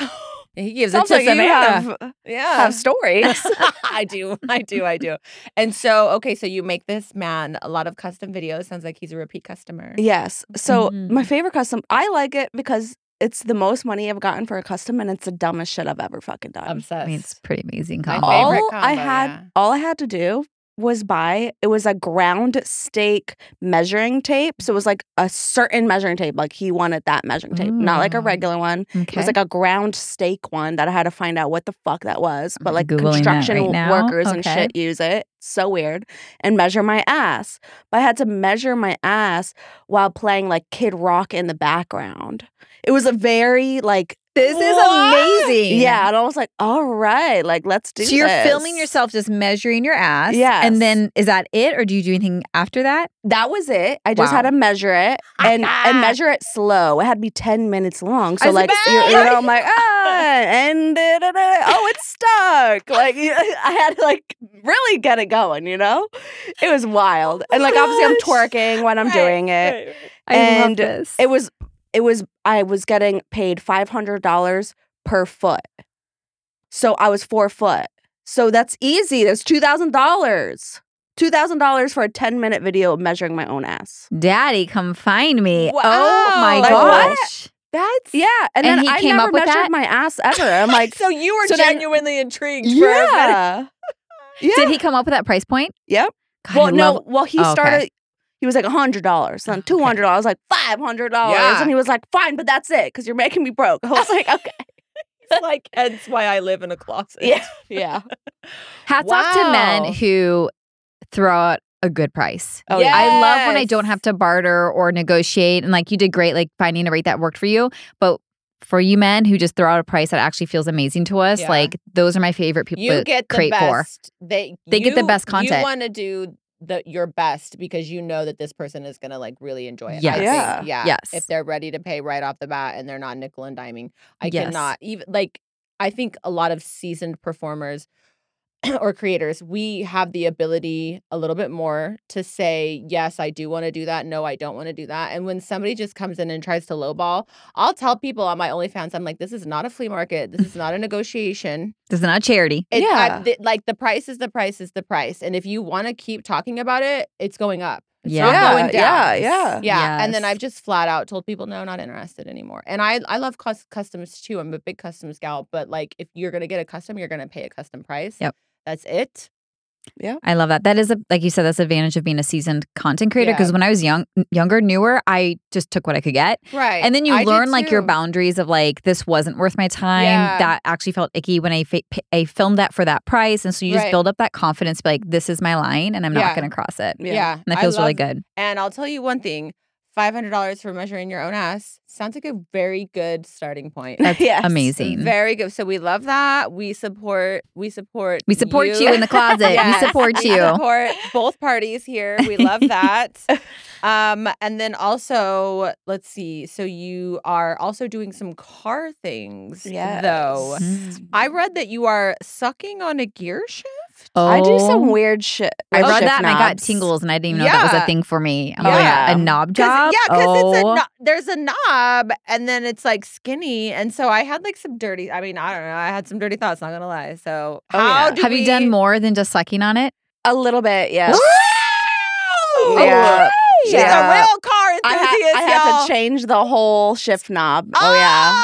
S1: and he gives
S4: Oh. Sounds
S1: it to
S4: like you
S1: Savannah.
S4: have,
S1: yeah.
S4: have stories.
S1: I do. I do. I do. And so, okay, so you make this man a lot of custom videos. Sounds like he's a repeat customer.
S4: yes. So
S2: Mhm.
S1: Mm-hmm.
S4: my favorite custom, I like it because it's the most money I've gotten for a custom, and it's the dumbest shit I've ever fucking done.
S2: I
S1: Obsessed.
S2: mean, it's pretty amazing
S1: My
S2: combo.
S1: Um, favorite
S4: all I
S1: combo,
S4: had
S1: yeah.
S4: all I had to do was buy it was a ground steak measuring tape. So it was like a certain measuring tape. Like he wanted that measuring tape, not like a
S2: Ooh.
S1: Mm.
S4: regular one. It
S2: Okay.
S4: was like a ground steak one that I had to find out what the fuck that was. But
S2: I'm
S4: like
S2: Googling that
S4: construction
S2: right now.
S4: workers and
S2: Okay.
S4: shit use it. So weird. And measure my ass. But I had to measure my ass while playing like Kid Rock in the background. It was a very like
S2: this is
S1: What?
S2: amazing.
S4: yeah, and I was like, all right, like let's do
S2: So you're
S4: this.
S2: filming yourself just measuring your ass.
S4: Yes.
S2: And then is that it? Or do you do anything after that?
S4: That was it. I just
S2: Wow.
S4: had to measure it and and measure it slow. It had to be ten minutes long. So
S2: was
S4: like
S2: about-
S4: you you know, I'm like ah, and da, da, da, oh, it's stuck. Like I had to like really get it going. You know, it was wild. And like obviously I'm
S1: Gosh.
S4: twerking when I'm
S1: Right,
S4: doing it.
S1: right, right.
S2: I
S4: And
S2: love this.
S4: It was it was I was getting paid five hundred dollars per foot. So I was four foot. So that's easy. That's two thousand dollars. Two thousand dollars for a ten minute video of measuring my own ass.
S2: Daddy, come find me. Oh
S1: Wow.
S2: my
S4: Like what?
S2: gosh.
S1: That's
S4: Yeah, and,
S2: And
S4: then
S2: he
S4: I
S2: came
S4: never
S2: up with
S4: measured
S2: that?
S4: my ass ever. I'm like,
S1: So you were
S4: So then-
S1: genuinely intrigued. For a minute.
S4: yeah, yeah.
S2: Did he come up with that price point?
S4: Yep.
S2: God,
S4: well,
S2: I
S4: no.
S2: love-
S4: well, he
S2: Oh, okay. Oh,
S4: started. He was like hundred dollars, then
S2: Okay.
S4: two hundred dollars, like five hundred dollars,
S1: Yeah.
S4: and he was like, "Fine, but that's it, because you're making me broke." I was like, "Okay,
S1: It's like hence why I live in a closet.
S4: Yeah. yeah."
S2: hats off to
S1: Wow.
S2: men who throw out a good price.
S1: Oh, yeah.
S2: I love when I
S1: Yes.
S2: don't have to barter or negotiate. And like you did great, like finding a rate that worked for you. But for you men who just throw out a price that actually feels amazing to us,
S1: Yeah.
S2: like those are my favorite people
S1: You
S2: to
S1: get the
S2: create for.
S1: best. They
S2: They get the
S1: you-
S2: best content.
S1: You want to do the your best because you know that this person is gonna like really enjoy it. I
S2: Yes.
S1: think,
S4: Yeah.
S1: yeah.
S2: Yes.
S1: If they're ready to pay right off the bat and they're not nickel and diming, I
S2: Yes.
S1: cannot even like. I think a lot of seasoned performers or creators, we have the ability a little bit more to say, yes, I do want to do that. No, I don't want to do that. And when somebody just comes in and tries to lowball, I'll tell people on my OnlyFans, I'm like, this is not a flea market. This is not a negotiation.
S2: This is not charity.
S1: It's
S4: Yeah.
S1: I- th- like the price is the price is the price. And if you want to keep talking about it, it's going up. It's not
S2: Yeah.
S1: going down.
S4: yeah, yeah.
S1: Yeah. And then
S2: Yes.
S1: I've just flat out told people, no, not interested anymore. And I, I love cus- customs too. I'm a big customs gal, but like if you're going to get a custom, you're going to pay a custom price.
S2: Yep.
S1: That's it.
S2: I love that. That is a like you said. That's the advantage of being a seasoned content creator.
S1: Yeah.
S2: Because when I was young, younger, newer, I just took what I could get,
S1: Right.
S2: and then you
S1: I did
S2: learn like your
S1: too.
S2: boundaries of like this wasn't worth my time.
S1: Yeah.
S2: That actually felt icky when I fa- p- I filmed that for that price, and so you just
S1: Right.
S2: build up that confidence. Be like, this is my line, and I'm
S1: Yeah.
S2: not going to cross it.
S1: Yeah.
S2: And that feels really
S1: love-
S2: good.
S1: And I'll tell you one thing $500 for measuring your own ass sounds like a very good starting point.
S2: That's
S4: Yes.
S2: amazing.
S1: Very good. So we love that. We support. We support.
S2: We support you, in the closet.
S1: Yes,
S2: We support
S1: we
S2: you.
S1: support both parties here. We love that. um, and then also, let's see. So you are also doing some car things, though.
S4: Yes.
S2: Mm.
S1: I read that you are sucking on a gear shift.
S2: Oh,
S4: I do some weird shit.
S2: I
S4: with
S2: read
S4: shift
S2: that and I got
S4: knobs.
S2: tingles, and I didn't even know that was
S1: Yeah.
S2: a thing for me. I'm
S1: Yeah.
S2: like, a knob
S1: 'Cause-
S2: job.
S1: yeah, because it's a
S2: Oh.
S1: no- there's a knob, and then it's like skinny, and so I had like some dirty. I mean, I don't know. I had some dirty thoughts. Not gonna lie. So
S4: Oh,
S1: how
S4: yeah.
S1: do
S2: Have
S1: we-
S2: you done more than just sucking on it?
S4: A little bit, yeah.
S1: Wow!
S4: Oh,
S2: Oh,
S4: Yeah.
S1: She's
S4: Yeah.
S1: a real car
S4: I,
S1: enthusiast,
S4: ha- I had
S1: y'all.
S4: to change the whole shift knob. Oh, yeah.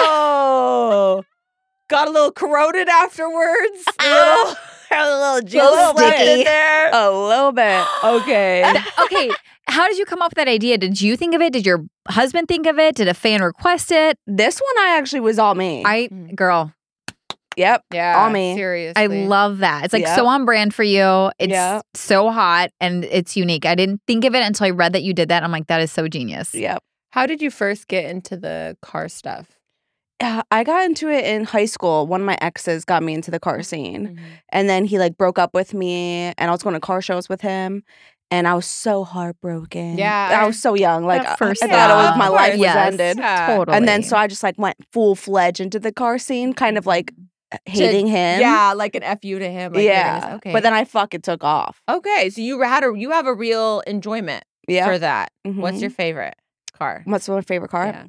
S1: Oh! Got a little corroded afterwards.
S2: Ah!
S1: little, had a little juice
S4: Little
S1: left in
S4: sticky.
S1: there.
S4: A little bit.
S1: Okay.
S2: Th- okay. How did you come up with that idea? Did you think of it? Did your husband think of it? Did a fan request it?
S4: This one I actually was all me.
S2: I,
S1: Mm.
S2: girl,
S4: yep.
S1: Yeah.
S4: On me.
S1: Seriously.
S2: I love that. It's like
S4: Yeah.
S2: so on brand for you. It's
S4: Yeah.
S2: so hot and it's unique. I didn't think of it until I read that you did that. I'm like, that is so genius.
S4: Yep.
S1: How did you first get into the car stuff?
S4: Uh, I got into it in high school. One of my exes got me into the car
S1: Mm-hmm.
S4: scene. And then he like broke up with me and I was going to car shows with him. And I was so heartbroken.
S1: Yeah.
S4: I was so young. Like, I,
S2: That first
S4: I thought it was
S1: love.
S4: my
S1: Of
S4: life
S1: course.
S4: was
S2: Yes.
S4: ended.
S1: Yeah.
S2: Totally.
S4: And then so I just like went full fledged into the car scene, kind of like uh, hating him.
S1: Yeah, like an fu to him. Like, you're gonna
S4: yeah.
S1: s- Okay.
S4: But then I fucking took off.
S1: okay, so you had a you have a real enjoyment
S4: Yeah.
S1: for that. What's
S4: Mhm.
S1: your favorite car?
S4: What's my favorite car?
S1: Yeah.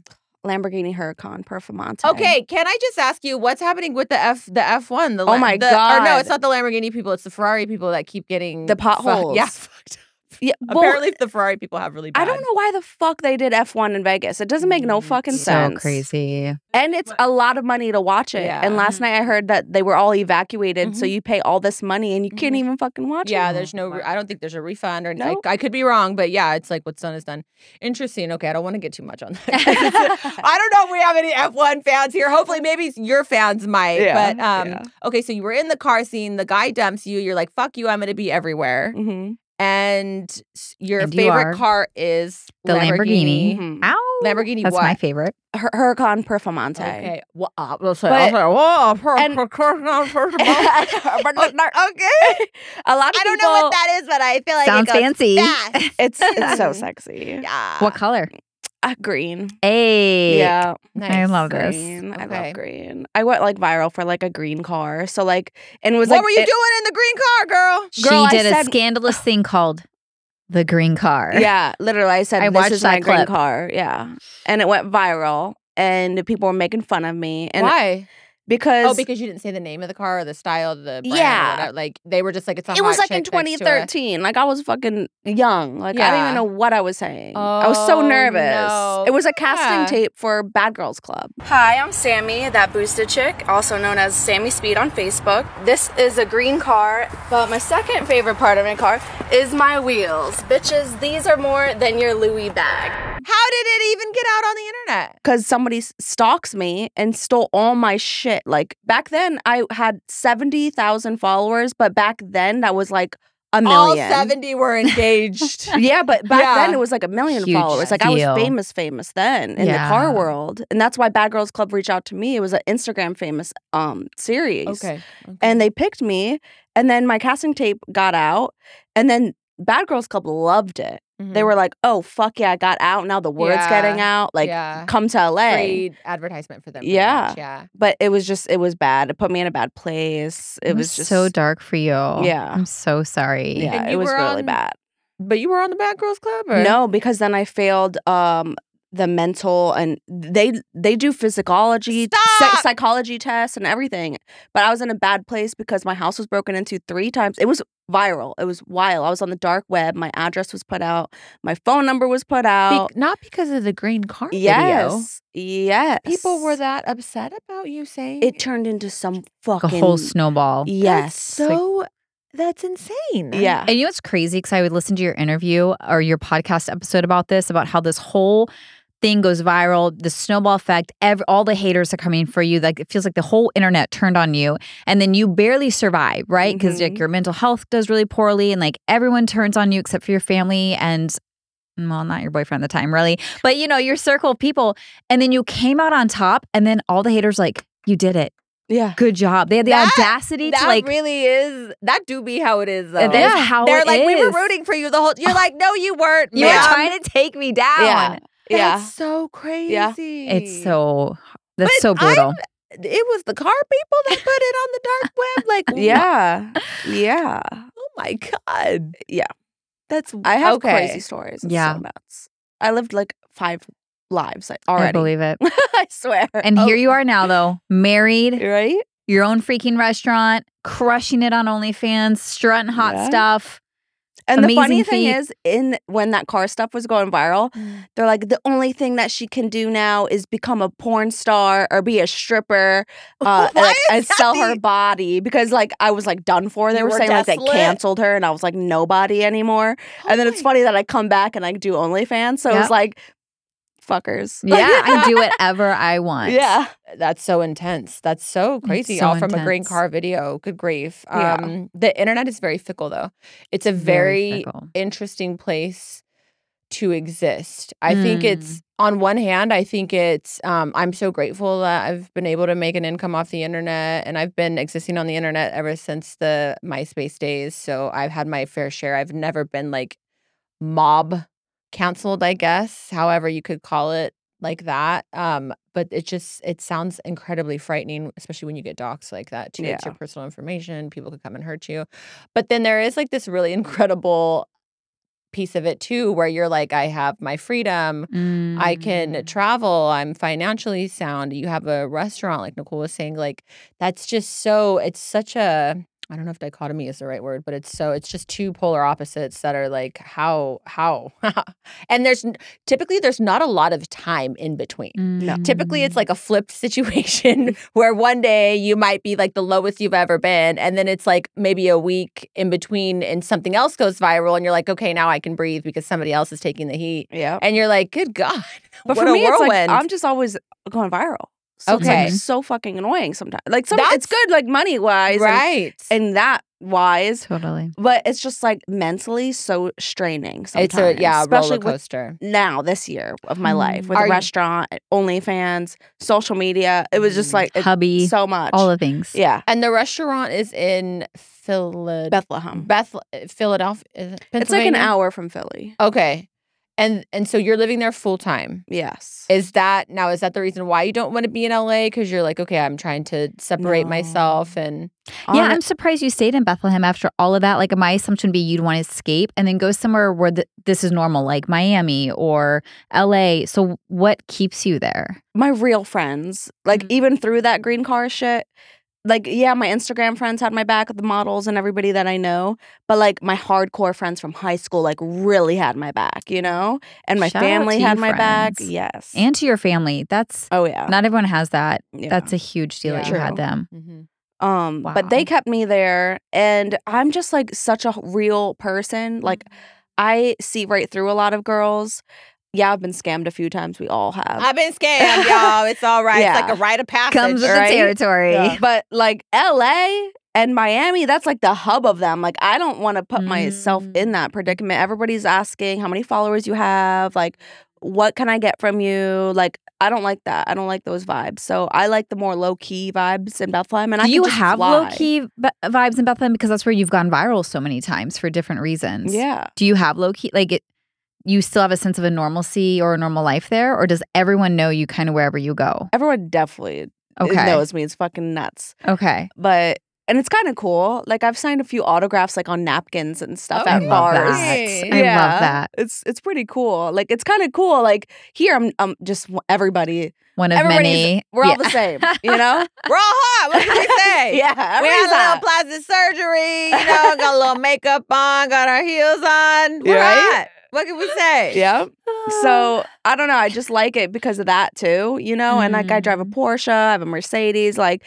S4: Lamborghini Huracan Performante.
S1: Okay, can I just ask you what's happening with the F the F one? The
S4: Oh
S1: La-
S4: my
S1: the- Or no,
S4: God.
S1: it's not the Lamborghini people. It's the Ferrari people that keep getting
S4: The
S1: fu-
S4: potholes.
S1: yeah, fucked up.
S4: Yeah. Well,
S1: Apparently, the Ferrari people have really. Bad.
S4: I don't know why the fuck they did F1 in Vegas. It doesn't make no
S1: Mm,
S4: fucking
S2: so
S4: sense.
S2: crazy.
S4: And it's a lot of money to watch it.
S1: Yeah.
S4: And last night I heard that they were all evacuated, so
S1: Mhm.
S4: you pay all this money and you can't
S1: Mhm.
S4: even fucking watch it.
S1: Yeah, there's no. Re- I don't think there's a refund or. I-
S4: Nope.
S1: I, could be wrong, but yeah, it's like what's done is done. Interesting. Okay, I don't want to get too much on that.
S4: um,
S1: I don't know if we have any F1 fans here. Hopefully, maybe your fans might.
S4: Yeah,
S1: but um,
S4: yeah.
S1: okay, so you were in the car scene. The guy dumps you. You're like, "Fuck you! I'm gonna be everywhere."
S4: Mhm.
S1: And s- your
S2: And you
S1: favorite
S2: are
S1: car is
S2: The Lamborghini.
S4: Mhm.
S1: Mm-hmm.
S2: Ow.
S1: Lamborghini
S2: That's
S1: what?
S2: my favorite.
S4: Hur- Mm-hmm. Huracan Performante.
S1: Okay. Well, uh, well, so
S4: But-
S1: well, per-
S4: and-
S1: per- per- per- per- per-
S4: okay. A lot of
S1: I
S4: people,
S1: don't know what that is, but I feel like
S2: Sounds
S1: it goes
S2: fancy.
S1: fast.
S4: It's it's so
S1: Mhm.
S4: sexy.
S1: Yeah.
S2: What color?
S4: Uh, green.
S2: Hey.
S4: Yeah,
S2: I love this.
S4: green. I
S1: Okay.
S4: love green. I went like viral for like a green car. So like, and it was
S1: what
S4: like,
S1: were you
S4: it-
S1: doing in the green car, girl?
S4: Girl, I
S2: she did a
S4: said-
S2: scandalous thing called the green car.
S4: Yeah, literally, I said
S2: I
S4: this
S2: watched
S4: is my
S2: that
S4: green
S2: clip.
S4: car. Yeah, and it went viral, and the people were making fun of me, and
S1: Why?
S4: because.
S1: Oh, because you didn't say the name of the car or the style of the brand or
S4: Yeah.
S1: whatever. like they were just like it's a
S4: it was
S1: hot
S4: like in
S1: chick next to a-
S4: 2013. Like I was fucking young. Like I didn't
S1: Yeah.
S4: even know what I was saying. I was so
S1: Oh,
S4: nervous.
S1: no.
S4: It was a casting
S1: Yeah.
S4: tape for Bad Girls Club.
S5: Hi, I'm Sammy, that boosted chick, also known as Sammy Speed on Facebook. This is a green car, but my second favorite part of my car is my wheels. Bitches, these are more than your Louis bag.
S1: How did it even get out on the internet?
S4: because somebody s- stalks me and stole all my shit. Like back then, I had 70,000 followers, but back then that was like a
S1: All
S4: million.
S1: seventy were engaged.
S4: Yeah, but back
S1: Yeah.
S4: then it was like a million
S2: Huge
S4: followers. Like I
S2: deal.
S4: was famous, famous then in
S2: Yeah.
S4: the car world. And that's why Bad Girls Club reached out to me. It was an Instagram famous um series. And they picked me. And then my casting tape got out. And then Bad Girls Club loved it.
S1: Mm-hmm.
S4: They were like, "Oh fuck yeah, I got out. Now the word's
S6: Yeah.
S4: getting out. Like,
S6: yeah.
S4: come to LA."
S6: Free advertisement for them. pretty
S4: Yeah.
S6: much, Yeah.
S4: But it was just, it was bad. It put me in a bad place. It
S2: I'm
S4: was just
S2: so dark for you.
S4: Yeah.
S2: I'm so sorry.
S4: Yeah,
S1: And
S4: it
S1: you
S4: was
S1: were
S4: really
S1: on-
S4: bad.
S1: But you were on the Bad Girls Club, or
S4: No, because then I failed um the mental and they they do physiology,
S1: Stop!
S4: psychology tests and everything. But I was in a bad place because my house was broken into three times. It was viral. It was wild. I was on the dark web. My address was put out. My phone number was put out.
S1: Be- not because of the green car video.
S4: yes, yes.
S1: People were that upset about you saying
S4: It turned into some
S2: Like a
S4: fucking
S2: whole snowball.
S4: Yes.
S1: That's so that's insane.
S4: yeah.
S2: And you know what's crazy? Because I would listen to your interview or your podcast episode about this, about how this whole thing goes viral, the snowball effect, ev- all the haters are coming for you. Like it feels like the whole internet turned on you, and then you barely survive, right? Because
S4: Mhm.
S1: Mm-hmm.
S2: like your mental health does really poorly, and like everyone turns on you except for your family and. Well, not your boyfriend at the time, really, but you know, your circle of people. And then you came out on top, and then all the haters, like, you did it.
S4: yeah.
S2: Good job. They had the
S1: That-
S2: audacity to,
S1: That
S2: like,
S1: really is that do be how it is though.
S2: that is how
S1: They're
S2: it
S1: like, we were
S2: is."
S1: rooting for you the whole you're like, no, you weren't.
S2: You were
S1: ma'am."
S2: trying to take me down.
S4: Yeah. Yeah.
S1: That's so crazy.
S2: It's so that's
S1: But
S2: so brutal.
S1: it was the car people that put it on the dark web. Like
S4: Yeah. Yeah.
S1: Oh my god.
S4: Yeah.
S1: That's
S4: I have
S1: okay.
S4: crazy stories. It's
S2: Yeah.
S4: so nuts. I lived like five lives like,
S2: I
S4: already.
S2: believe it.
S4: I swear. Oh,
S2: And here you are now though, married,
S4: Right?
S2: your own freaking restaurant, crushing it on OnlyFans, strutting hot
S4: Yeah.
S2: stuff.
S4: And the funny
S2: Amazing
S4: thing
S2: feat.
S4: is, in when that car stuff was going viral, they're like, the only thing that she can do now is become a porn star or be a stripper uh,
S1: Why
S4: like,
S1: is
S4: and
S1: that
S4: sell her
S1: the-
S4: body because like I was like done for. They
S1: You
S4: were,
S1: were
S4: saying like
S1: desolate.
S4: they canceled her, and I was like nobody anymore. and then it's funny that I come back and I do OnlyFans, so it
S2: Yep.
S4: was like fuckers.
S2: Yeah, I do whatever I want.
S4: yeah,
S1: That's so intense. That's so crazy.
S2: so
S1: All from a green
S2: intense.
S1: car video. Good grief. Um
S4: Yeah.
S1: the internet is very fickle though. It's a very,
S2: fickle.
S1: interesting place to exist. I think it's on one hand, I think it's um, I'm so grateful that I've been able to make an income off the internet, and I've been existing on the internet ever since the MySpace days. So I've had my fair share. I've never been like mob counseled, I guess, however you could call it like that. Um, but it just it sounds incredibly frightening, especially when you get docs like that too. It's your personal information. People could come and hurt you. But then there is like this really incredible piece of it too, where you're like, I have my freedom. I can
S2: Mm.
S1: travel. I'm financially sound. You have a restaurant, like Nicole was saying. Like, that's just so, it's such a, I don't know if dichotomy is the right word, but it's so, it's just two polar opposites that are like, how, how? and there's n- typically, there's not a lot of time in between. Typically,
S2: Mm.
S1: it's like a flipped situation where one day you might be like the lowest you've ever been, and then it's like maybe a week in between, and something else goes viral, and you're like, okay, now I can breathe because somebody else is taking the heat,
S4: yeah.
S1: and you're like, good God,
S4: But
S1: what
S4: for
S1: a
S4: me, it's
S1: whirlwind!
S4: like I'm just always going viral. So
S1: Okay.
S4: it's like so fucking annoying sometimes. Like some,
S1: That's-
S4: it's good like money wise,
S1: right,
S4: and, and that wise,
S2: totally.
S4: but it's just like mentally so straining. Sometimes.
S1: it's a yeah
S4: especially
S1: roller
S4: with
S1: coaster.
S4: now this year of my
S2: Hmm.
S4: life with
S1: Are
S4: a
S1: you-
S4: restaurant, OnlyFans, social media. It was
S1: Mm,
S4: just like it's
S2: Hubby,
S4: so much.
S2: all the things.
S4: yeah,
S1: And the restaurant is in Philadelphia,
S4: Bethlehem.
S1: Beth, Philadelphia. is it
S4: It's like an
S1: Pennsylvania?
S4: hour from Philly.
S1: Okay, and and so you're living there full time.
S4: Yes.
S1: Is that now? Is that the reason why you don't want to be in LA? Because you're like, okay, I'm trying to separate
S4: No.
S1: myself, and
S2: Yeah,
S4: On-
S2: I'm surprised you stayed in Bethlehem after all of that. Like, my assumption would be you'd want to escape and then go somewhere where th- this is normal, like Miami or LA. So, what keeps you there?
S4: my real friends, like
S2: Mm-hmm.
S4: even through that green car shit, like yeah, my Instagram friends had my back, the models and everybody that I know, but like my hardcore friends from high school, like really had my back, you know, and my
S2: Shout out
S4: family
S2: to you
S4: had my back.
S2: friends.
S4: Yes.
S2: And to your family, that's
S4: oh yeah.
S2: not everyone has that.
S4: Yeah.
S2: That's a huge deal that
S1: Yeah.
S2: you had
S4: True.
S2: them.
S4: Um, but they
S2: Wow.
S4: kept me there, and I'm just like such a real person. Like,
S2: Mm-hmm.
S4: I see right through a lot of girls. Yeah, I've been scammed a few times. We all have.
S1: I've been scammed, y'all. It's all right. It's
S4: Yeah.
S1: like a rite of passage.
S2: Comes with
S4: right?
S2: the territory.
S1: Yeah.
S4: But like LA and Miami, that's like the hub of them. Like, I don't want to put myself
S1: Mm.
S4: in that predicament. Everybody's asking how many followers you have. Like, what can I get from you? Like, I don't like that. I don't like those vibes. So I like the more low key vibes in Bethlehem. And I
S2: Do
S4: can
S2: you
S4: just
S2: have
S4: fly.
S2: low key b- vibes in Bethlehem because that's where you've gone viral so many times for different reasons?
S4: Yeah.
S2: Do you have low key like it? you still have a sense of a normalcy or a normal life there? Or does everyone know you kind of wherever you go?
S4: Everyone definitely
S2: Okay.
S4: knows me. It's fucking nuts.
S2: Okay.
S4: But and it's kind of cool. Like I've signed a few autographs like on napkins and stuff
S1: Oh,
S4: at
S1: I love
S4: bars.
S1: that.
S2: I love
S4: Yeah.
S2: that.
S4: It's it's pretty cool. Like it's kind of cool. Like here I'm I'm just everybody.
S2: One of
S4: Everybody's-
S2: many.
S4: We're
S2: Yeah.
S4: all the same. You know?
S7: We're all hot. What can we say?
S4: yeah.
S7: We had
S4: everybody's
S7: a
S4: hot.
S7: little plastic surgery, you know, got a little makeup on, got our heels on. We're
S4: Right?
S7: hot. What can we say?
S4: Yeah. So I don't know. I just like it because of that too, you know? And like I drive
S2: Mm-hmm.
S4: a Porsche, I have a Mercedes. Like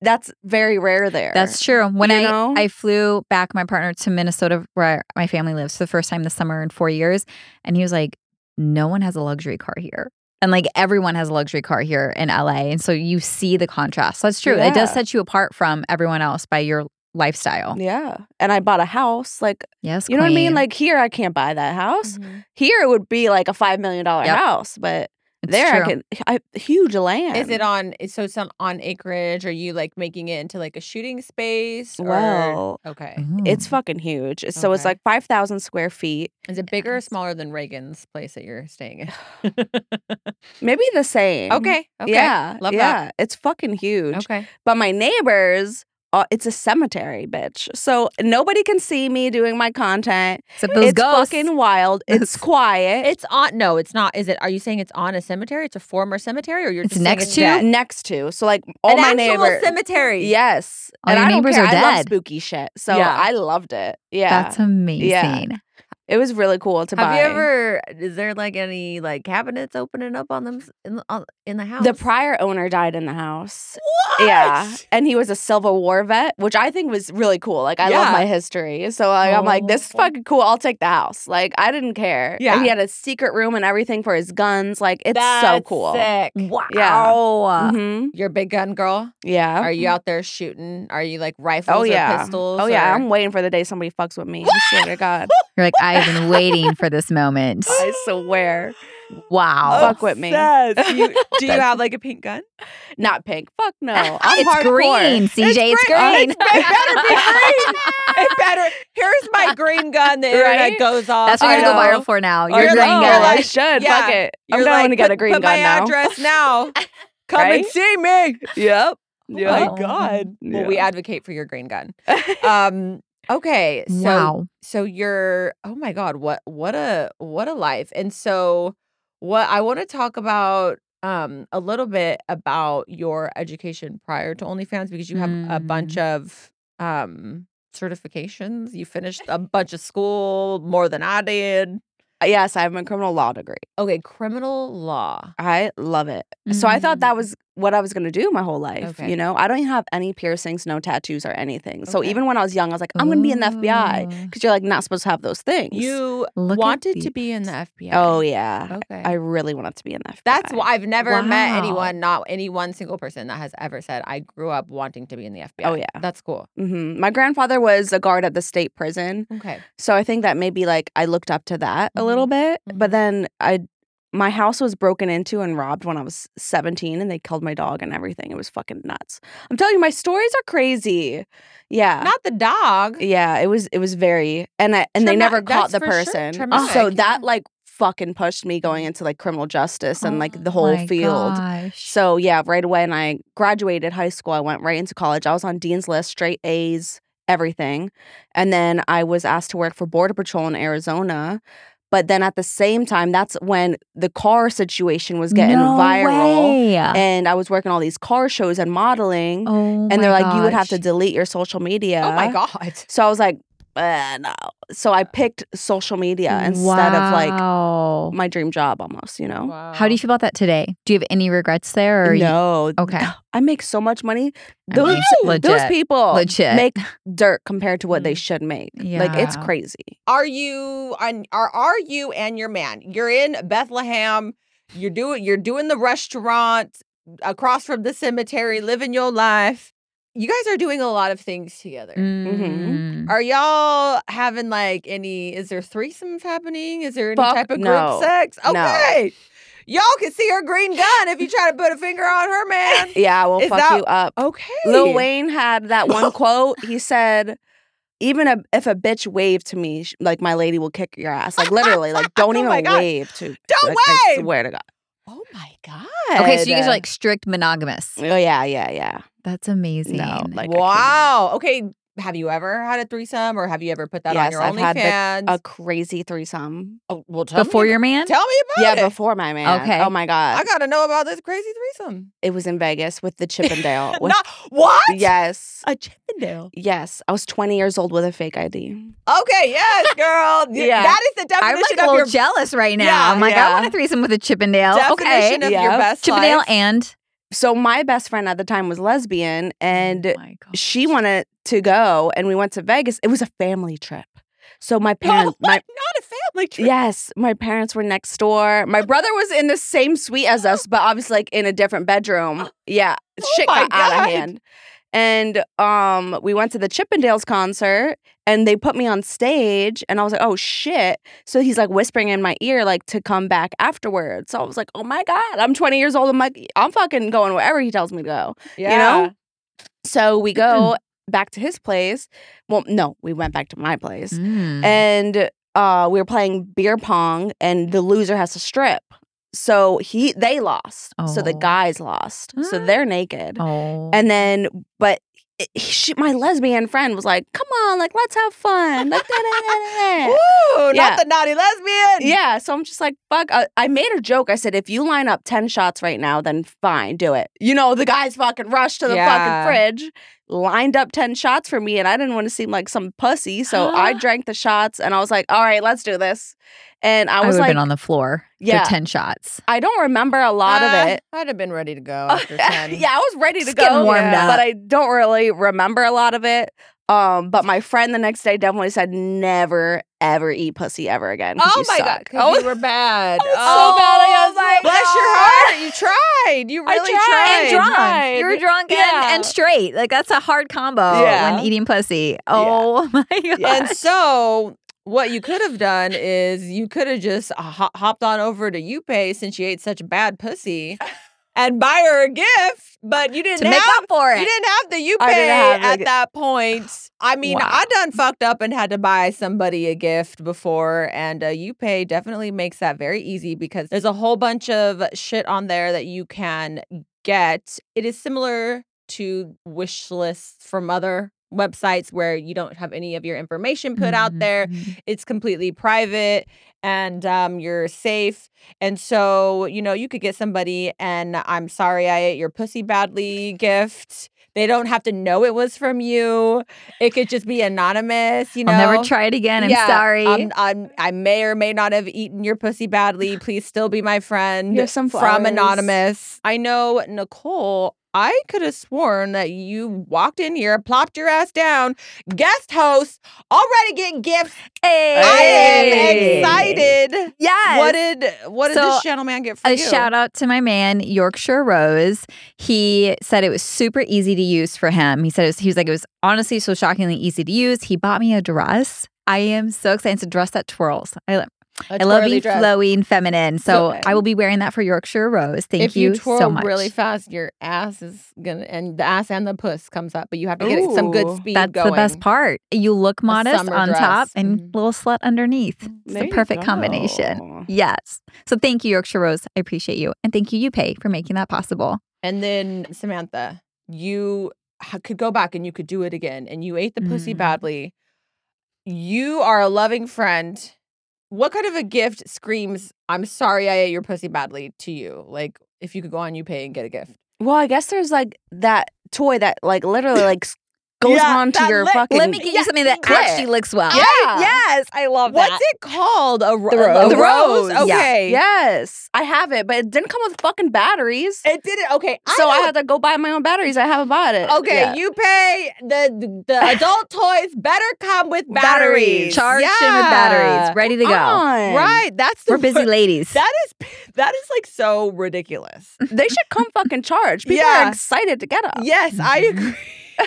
S4: that's very rare there.
S2: That's true. When
S4: You
S2: I
S4: know?
S2: I flew back my partner to Minnesota where my family lives for the first time this summer in 4 years and he was like no one has a luxury car here. And like everyone has a luxury car here in LA and so you see the contrast. So that's true. It does
S4: Yeah.
S2: set you apart from everyone else by your lifestyle.
S4: yeah. And I bought a house. Like,
S2: Yes.
S4: you know what I mean?
S2: queen.
S4: Like here I can't buy that house.
S1: Mm-hmm.
S4: Here it would be like a five million dollar
S2: Mm-hmm. Yep.
S4: house, but
S2: It's
S4: there
S2: true.
S4: I can I, huge land.
S1: Is it on? is- So it's on, on acreage. Are you like making it into like a shooting space? or-
S4: Well, mm,
S1: okay.
S4: it's fucking huge. So it's
S1: Okay.
S4: like five thousand square feet.
S1: Is it bigger or smaller than Reagan's place that you're staying
S4: Mm-hmm.
S1: in?
S4: Maybe the same.
S1: okay. Okay.
S4: Yeah.
S1: Love
S4: yeah. It's fucking huge.
S1: that. Okay.
S4: But my neighbors, uh, it's a cemetery, bitch. So nobody can see me doing my content.
S2: Except those
S4: it's
S2: ghosts.
S4: fucking wild. It's quiet.
S1: It's on. No, it's not. Is it? Are you saying it's on a cemetery? It's a former cemetery, or you're
S2: It's
S1: just saying
S2: next
S1: it's
S2: to?
S1: dead?
S4: next to. So like all
S7: An
S4: my
S7: actual
S4: neighbors.
S7: cemetery.
S4: Yes.
S2: All
S4: and
S2: your
S4: I don't
S2: neighbors
S4: care.
S2: are
S4: I love
S2: dead.
S4: spooky shit. So
S1: Yeah.
S4: I loved it. Yeah.
S2: That's amazing.
S4: it was really cool to
S7: Have
S4: buy.
S7: you ever? Is there like any like cabinets opening up on them in the, on, in the house?
S4: the prior owner died in the house. Yeah. And he was a Civil War vet, which I think was really cool. Like, I love
S1: Yeah.
S4: my history. So like, I'm like, this is
S1: Oh.
S4: fucking cool. I'll take the house. Like, I didn't care.
S1: Yeah.
S4: And he had a secret room and everything for his guns. Like, it's so
S1: That's
S4: cool.
S1: Sick.
S7: Wow. Mm-hmm.
S4: hmm
S1: You're a big gun girl.
S4: Yeah.
S1: Are you out there shooting? Are you like rifles
S4: Uh-huh. oh,
S1: or
S4: yeah.
S1: pistols?
S4: Oh, yeah.
S1: or-
S4: I'm waiting for the day somebody fucks with me. I swear to God.
S2: You're like I've been waiting for this moment.
S4: I swear.
S2: Wow.
S4: Fuck with me.
S1: Obsessed. You- do you have like a pink gun?
S4: Not pink. Fuck no. I'm
S2: it's
S4: hardcore.
S2: green, CJ. It's
S4: green. Oh,
S2: green.
S4: it's- it better be green.
S7: It better. Here's my green gun. The
S4: Right?
S7: internet goes off.
S2: That's what
S4: I
S2: you're gonna
S4: know.
S2: go viral for now.
S7: I
S2: Your green
S7: know.
S4: Oh,
S2: gun.
S4: I
S7: like-
S4: should.
S7: yeah.
S4: Fuck it.
S7: You're
S4: I'm going
S7: like,
S4: to get
S7: put,
S4: a green
S7: put
S4: gun
S7: my
S4: now.
S7: address now. Come
S4: Right?
S7: and see me.
S4: Yep.
S2: my
S4: Yep.
S2: Oh.
S7: God.
S4: mm,
S1: Well, we advocate for your green gun. Um, okay. So
S2: wow.
S1: so you're oh my god what what a what a life and so what i want to talk about um a little bit about your education prior to onlyfans because you have a bunch of um certifications you finished a bunch of school more than i did
S4: Yes, I have my criminal law degree.
S1: okay criminal law
S4: I love it. So I thought that
S2: Mm.
S4: was what I was going to do my whole life.
S1: Mm-hmm. Okay.
S4: You know, I don't even have any piercings, no tattoos or anything. So
S1: Okay. Oh.
S4: even when I was young, I was like, I'm going to be in the FBI
S2: Ooh.
S4: because you're like not supposed to have those things.
S1: you
S2: Look at
S1: wanted
S2: the-
S1: to be in the fbi
S4: Oh yeah.
S1: okay
S4: I really wanted to be in the FBI.
S1: that's why I've never met
S2: Wow.
S1: anyone, not any one single person that has ever said, I grew up wanting to be in the FBI.
S4: Oh, yeah.
S1: That's cool.
S4: hmm My grandfather was a guard at the state prison,
S1: Okay.
S4: so I think that maybe like I looked up to that a little bit.
S1: Mm-hmm.
S4: But then I, my house was broken into and robbed when I was 17, and they killed my dog and everything. It was fucking nuts. I'm telling you, my stories are crazy. Yeah.
S1: Not the dog.
S4: Yeah, it was it was very and I, and they
S1: Trauma-
S4: never caught
S1: that's
S4: the
S1: for sure
S4: person. Oh,
S1: traumatic.
S4: So that like fucking pushed me going into like criminal justice and like the whole
S2: Mm. my
S4: field.
S2: gosh.
S4: So yeah, right away and I graduated high school, I went right into college. I was on Dean's list, straight A's, everything. And then I was asked to work for Border Patrol in Arizona. But then at the same time, that's when the car situation was getting
S2: No
S4: viral.
S2: way.
S4: And I was working all these car shows and modeling.
S2: oh
S4: and they're
S2: my
S4: like, you would have to
S2: gosh.
S4: delete your social media.
S1: Oh my God.
S4: So I was like, uh, no. So I picked social media instead of like
S2: Wow.
S4: my dream job almost, you know?
S2: How do you feel about that today? Do you have any regrets there? Or are you-
S4: No.
S2: okay.
S4: I make so much money.
S2: I
S4: Those,
S2: mean, legit.
S4: those people
S2: Legit.
S4: make dirt compared to what they should make. Like it's
S2: Yeah.
S4: crazy.
S1: Are you on are are you and your man? You're in Bethlehem. You're doing you're doing the restaurant across from the cemetery, living your life. You guys are doing a lot of things together.
S4: Mm-hmm.
S2: Mm.
S1: Are y'all having like any? Is there threesomes happening? Is there any
S4: Fuck
S1: type of
S4: no.
S1: group sex?
S4: No.
S1: Okay, y'all can see her green gun if you try to put a finger on her man.
S4: Yeah, I will
S1: Is
S4: fuck
S1: that-
S4: you up.
S1: Okay,
S4: Lil Wayne had that one quote. He said, even a, if a bitch waved to me, sh- like my lady will kick your ass. Like literally, like don't
S1: Oh
S4: even
S1: my God.
S4: wave to.
S1: Don't
S4: like, I
S1: wave!
S4: swear to God.
S1: Oh my god.
S2: Okay, so you guys are like strict monogamous.
S4: Oh yeah, yeah, yeah.
S2: That's amazing.
S4: No, like I couldn't.
S1: wow. Okay. Have you ever had a threesome, or have you ever put that on
S4: Yes,
S1: your
S4: I've had the-
S1: OnlyFans?
S4: a crazy threesome.
S1: oh, well, tell
S2: Before
S1: me,
S2: your man?
S1: tell me about
S4: Yeah,
S1: it.
S4: before my man.
S2: Okay.
S4: Oh my god,
S1: I gotta know about this crazy threesome.
S4: it was in Vegas with the Chippendale. with,
S1: Not- what?
S4: yes,
S1: a Chippendale.
S4: yes. I was 20 years old with a fake ID.
S1: Okay, yes, girl. Y-
S4: Yeah.
S1: That is the
S2: I'm like
S1: definition
S2: a
S1: of
S2: little
S1: your
S2: jealous right now.
S1: Yeah,
S2: I'm like,
S4: yeah.
S2: I want a threesome with a Chippendale. Okay.
S1: definition of your
S4: Yeah.
S1: best
S2: Chippendale
S1: life.
S2: and
S4: So my best friend at the time was lesbian, and
S2: Oh my gosh.
S4: she wanted to go, and we went to Vegas. It was a family trip. So my parents, my
S1: Not a family trip.
S4: Yes, my parents were next door. My brother was in the same suite as us, but obviously like in a different bedroom. Yeah, shit
S1: Oh my
S4: got out
S1: God.
S4: of hand. And um, we went to the Chippendales concert, and they put me on stage, and I was like, "Oh shit!" So he's like whispering in my ear, like to come back afterwards. So I was like, "Oh my god, I'm 20 years old. I'm like, I'm fucking going wherever he tells me to go." You know? So we go back to his place. Well, no, we went back to my place
S2: Mm.
S4: and uh, we were playing beer pong, and the loser has to strip. So he they lost. So the
S2: Oh.
S4: guys lost. So
S2: Mm.
S4: they're naked.
S2: Oh.
S4: And then, but it- she, my lesbian friend was like, "Come on, like let's have fun." Like, da, da, da, da, da."
S1: Ooh,
S4: Yeah.
S1: not the naughty lesbian.
S4: yeah. So I'm just like, "Fuck." I, I made a joke. I said, "If you line up ten shots right now, then fine, do it." You know, the guys fucking rushed to the
S1: Yeah.
S4: fucking fridge, lined up ten shots for me, and I didn't want to seem like some pussy, so I drank the shots, and I was like, "All right, let's do this." And I
S2: I would
S4: was
S2: have
S4: like,
S2: been on the floor
S4: Yeah.
S2: for 10 shots.
S4: I don't remember a lot of
S1: Uh,
S4: it. Oh,
S1: I'd have been ready to go after 10.
S4: yeah, I was ready to
S2: Just
S4: go,
S2: getting warmed
S4: yeah,
S2: up.
S4: but I don't really remember a lot of it. Um, but my friend the next day definitely said, "Never ever eat pussy ever again." 'cause
S1: Oh
S4: you
S1: my god,
S4: suck."
S1: 'cause you were bad.
S4: I was so
S1: oh,
S4: bad, I was
S1: my
S4: like,
S1: bless your
S4: "No."
S1: heart. You tried. You
S4: I
S1: really
S4: tried.
S1: tried.
S2: and
S4: Fine.
S2: drunk.
S4: Fine.
S2: You were drunk
S4: Yeah.
S2: and, and straight. Like that's a hard combo
S1: Yeah.
S2: when eating pussy. Oh my god.
S1: And so what you could have done is you could have just ho- hopped on over to UPay since you ate such bad pussy and buy her a gift, but you didn't
S2: to make
S1: have
S2: up for
S1: You
S2: it.
S1: didn't have the you
S4: I
S1: pay
S4: didn't have the
S1: at
S4: gi-
S1: that point. I mean,
S2: Wow.
S1: I done fucked up and had to buy somebody a gift before, and uh, you pay definitely makes that very easy because there's a whole bunch of shit on there that you can get. It is similar to wish lists from other websites where you don't have any of your information put out there
S2: Mhm.
S1: it's completely private and um, you're safe. And so, you know, you could get somebody and I'm sorry I ate your pussy badly gift. They don't have to know it was from you. It could just be anonymous, you know.
S2: I'll never try it again. I'm
S1: Yeah,
S2: sorry.
S1: I'm, I'm, I may or may not have eaten your pussy badly. Please still be my friend
S4: Here's some
S1: from
S4: flowers.
S1: Anonymous. I know, Nicole, I could have sworn that you walked in here, plopped your ass down, guest host, already getting gifts. I
S2: Hey.
S1: am excited.
S2: Yes.
S1: What did what did
S2: So,
S1: this gentleman get for
S2: a
S1: you?
S2: shout out to my man Yorkshire Rose. He said it was super easy to use for him. He said it was, he was like it was honestly so shockingly easy to use. He bought me a dress. I am so excited to dress that twirls. I, I love being flowy and feminine. So,
S1: So-
S2: I will be wearing that for Yorkshire Rose. Thank
S1: if you, twirl
S2: so much.
S1: really fast, your ass is gonna and the ass and the puss comes up, but you have to get it some good
S4: Ooh,
S1: speed.
S2: That's the best
S1: going.
S2: part. You look modest
S1: summer
S2: on top
S1: dress. Mm,
S2: and
S1: Mhm.
S2: little slut underneath. It's
S4: There
S2: the
S4: you
S2: perfect combination.
S4: go.
S2: Yes. So thank you, Yorkshire Rose. I appreciate you. And thank you, UPay, for making that possible.
S1: And then Samantha, you ha- could go back and you could do it again, and you ate the pussy
S2: Mm.
S1: badly. You are a loving friend. What kind of a gift screams "I'm sorry I ate your pussy badly" to you? Like if you could go on UPay and get a gift.
S4: Well, I guess there's like that toy that like literally like s- goes
S1: Yeah,
S4: on to
S1: that
S4: your
S1: lick.
S4: fucking.
S2: Let me get you something that
S4: click.
S2: actually looks well.
S4: Yeah.
S2: Yes. I love
S1: What's
S2: that.
S1: it called? A, ro-
S2: The
S1: a
S2: rose. The
S1: rose?
S2: rose, yeah.
S1: uh, Okay.
S4: Yes, I have it, but it didn't come with fucking batteries.
S1: It did it. Okay.
S4: so I
S1: don't-
S4: had to go buy my own batteries. I haven't bought it.
S1: Okay,
S4: yet.
S1: you pay the the adult toys better come with batteries.
S2: Charged in with
S1: Yeah.
S2: batteries, ready to go.
S4: Fine.
S1: Right. That's the
S2: We're busy
S1: word.
S2: ladies.
S1: That is that is like so ridiculous.
S2: Oh.
S4: They should come fucking charge. People
S1: Yeah.
S4: are excited to get them.
S1: Yes, I
S2: Mhm.
S1: agree.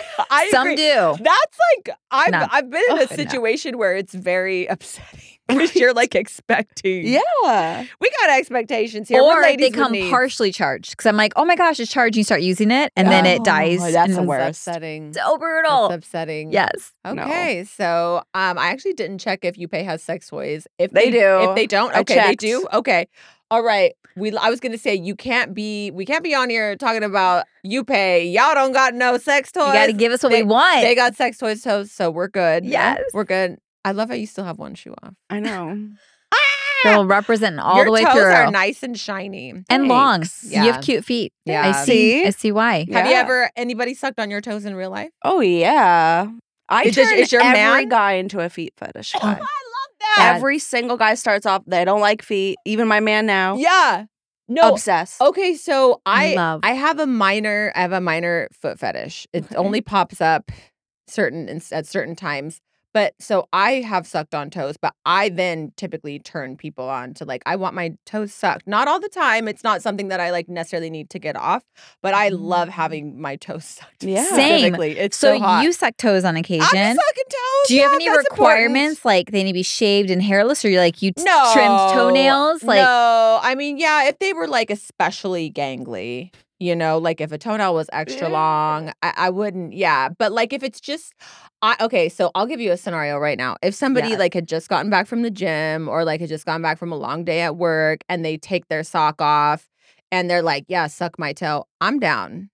S1: I
S2: Some
S1: agree.
S2: do.
S1: That's like I've
S2: No.
S1: I've been in
S2: Oh,
S1: a
S2: no.
S1: situation where it's very upsetting because you're like expecting.
S4: Yeah.
S1: we got expectations here. We're
S2: or
S1: ladies
S2: they
S1: with
S2: come
S1: needs.
S2: partially charged because I'm like, oh my gosh, it's charged. You start using it and then it
S4: Oh,
S2: dies.
S4: that's
S2: and
S4: the
S2: it's-
S4: worst.
S1: upsetting.
S2: It's so brutal.
S1: That's upsetting.
S2: Yes.
S4: No.
S1: Okay. So um, I actually didn't check if UPay has sex toys. If
S4: They do.
S1: If they don't,
S4: I
S1: okay, they
S4: checked.
S1: do. Okay. All right. We I was gonna say you can't be we can't be on here talking about UPay. Y'all don't got no sex toys.
S2: You got to give us what
S1: they-
S2: we want.
S1: they got sex toys, so so we're good.
S2: Yes.
S1: We're good. I love how you still have one shoe off.
S4: I know.
S2: They'll represent all
S1: Your
S2: the way
S1: toes
S2: through.
S1: are nice and shiny
S2: and long.
S1: Yeah.
S2: You have cute feet.
S1: Yeah.
S2: I see. I see why.
S1: Have you
S4: Yeah.
S1: ever anybody sucked on your toes in real life?
S4: Oh yeah. I
S1: Is this-
S4: turn
S1: is your
S4: every
S1: man-
S4: guy into a feet fetish guy.
S2: Oh, that.
S4: Every single guy starts off. They don't like feet. Even my man now.
S1: Yeah. No,
S4: Obsessed.
S1: Okay, so I
S2: love.
S1: I have a minor I have a minor foot fetish. It
S4: Okay.
S1: only pops up certain ins- at certain times. But so I have sucked on toes, but I then typically turn people on to like I want my toes sucked. Not all the time. It's not something that I like necessarily need to get off, but I love having my toes sucked.
S4: Mm. Yeah.
S2: Same.
S1: specifically. It's
S2: So,
S1: so, hot.
S2: you suck toes on occasion.
S1: I be sucking toes.
S2: Do you have
S1: yeah,
S2: any
S1: that's important.
S2: requirements? Like they need to be shaved and hairless, or you like you t- trimmed
S1: No.
S2: toenails? Like
S1: no, I mean, yeah, if they were like especially gangly, you know, like if a toenail was extra
S4: Yeah.
S1: long, I, I wouldn't. Yeah, but like if it's just, I okay. So I'll give you a scenario right now. If somebody
S2: Yeah.
S1: like had just gotten back from the gym or like had just gotten back from a long day at work and they take their sock off and they're like, "Yeah, suck my toe," I'm down.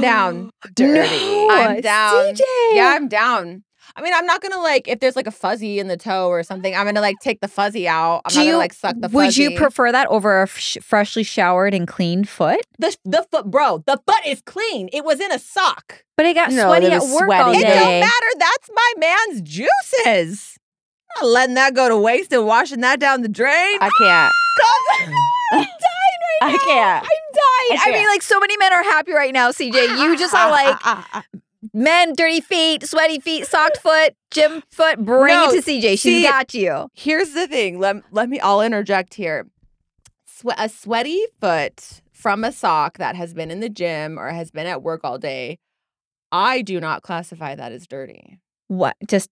S1: down. Dirty. I'm down. Yeah, I'm down. I mean, I'm not gonna like if there's like a fuzzy in the toe or something. I'm gonna like take the fuzzy out. I'm
S2: Do
S1: not
S2: you-
S1: gonna like suck the. Fuzzy.
S2: Would you prefer that over a f- freshly showered and cleaned foot?
S1: the the foot, bro? The foot is clean. It was in a sock.
S2: But it got
S4: No,
S2: sweaty
S4: they
S2: at
S4: were
S2: work all
S4: sweaty.
S2: day.
S1: It don't matter. That's my man's juices. I'm not letting that go to waste and washing that down the drain.
S4: I can't.
S1: I'm dying right
S4: I
S1: now.
S4: can't.
S1: I'm dying.
S2: I mean, like so many men are happy right now, CJ. You just are like men, dirty feet, sweaty feet, socked foot, gym foot. Bring
S1: No,
S2: it to CJ. She's
S1: see-
S2: got you.
S1: here's the thing. Let let me. I'll interject here. Swe- a sweaty foot from a sock that has been in the gym or has been at work all day. I do not classify that as dirty.
S2: What? Just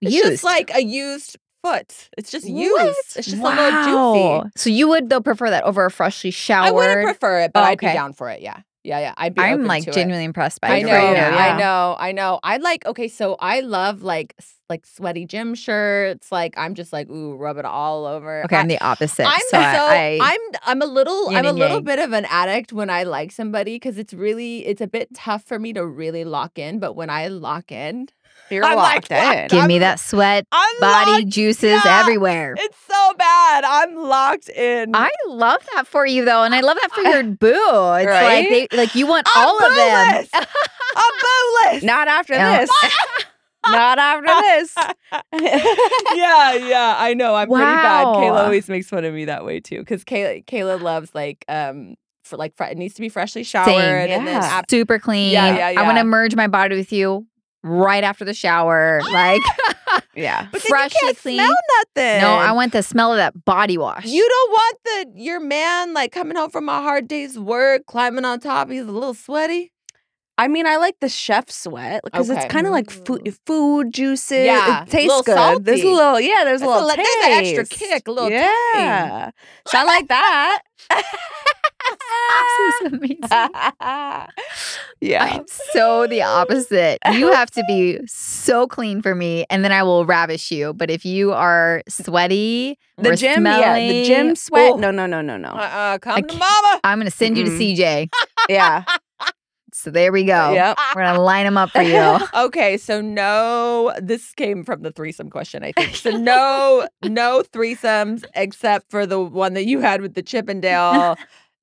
S1: It's
S2: used.
S1: just like a used foot. It's just used.
S2: What?
S1: It's just a little
S2: Wow.
S1: juicy.
S2: So you would though prefer that over a freshly showered?
S1: I wouldn't prefer it, but
S2: Oh,
S1: I'd be
S2: okay.
S1: down for it. Yeah, yeah, yeah. I'd be.
S2: I'm
S1: open
S2: like
S1: to it.
S2: genuinely impressed by
S1: I
S2: you
S1: know,
S2: right now.
S4: yeah.
S1: I know, I know. I like okay, so I love like s- like sweaty gym shirts. Like I'm just like ooh, rub it all over.
S2: Okay,
S1: I-
S2: I'm the opposite.
S1: I'm
S2: so, I, I
S1: am I'm a little
S2: Yin
S1: I'm a
S2: and
S1: little
S2: yang.
S1: bit of an addict when I like somebody because it's really it's a bit tough for me to really lock in. But when I lock in,
S4: You're
S1: I'm like,
S4: locked in.
S2: give
S1: I'm-
S2: me that sweat,
S1: I'm
S2: body
S1: locked-
S2: juices
S1: yeah.
S2: everywhere.
S1: It's so bad. I'm locked in.
S2: I love that for you though, and I love that for your boo. It's
S4: Right?
S2: like they like you want
S1: I'm
S2: all of them.
S1: bootless. I'm bootless.
S4: Not after
S2: Yeah.
S4: this. Not after this.
S1: yeah, yeah, I know. I'm pretty bad.
S2: Wow.
S1: Kayla always makes fun of me that way too, because Kayla, Kayla loves like um for like fre- it needs to be freshly showered and then
S4: yeah.
S1: after
S2: Super clean.
S1: Yeah, yeah,
S2: I want
S1: yeah.
S2: to merge my body with you right after the shower. Like
S4: Yeah.
S1: but then
S2: freshly
S1: you can't
S2: clean.
S1: Smell nothing.
S2: no, I want the smell of that body wash.
S1: You don't want the your man like coming home from a hard day's work, climbing on top. He's a little sweaty.
S4: I mean, I like the chef sweat because
S1: Okay.
S4: it's kind of like food, food juices.
S1: Yeah.
S4: It tastes
S1: Little
S4: good. There's a
S1: salty.
S4: little, yeah. There's
S1: That's
S4: a little.
S1: li-
S4: taste.
S1: there's an extra kick, a little tang.
S4: Yeah. So I like that.
S2: This is amazing.
S4: yeah.
S2: I'm so the opposite. You have to be so clean for me, and then I will ravish you. But if you are sweaty,
S4: The
S2: or
S4: gym, yeah. The gym
S2: smelly,
S4: sweat.
S1: Oh.
S4: No, Mm-hmm. no, no, no,
S1: Uh,
S4: no.
S1: uh come to
S2: can't-
S1: mama.
S2: I'm gonna send you
S4: Mm-mm.
S2: to CJ.
S4: Yeah.
S2: So there we go.
S4: Yep.
S2: We're gonna line them up for you.
S1: Okay, so no, this came from the threesome question, I think. So no, no threesomes except for the one that you had with the Chippendale,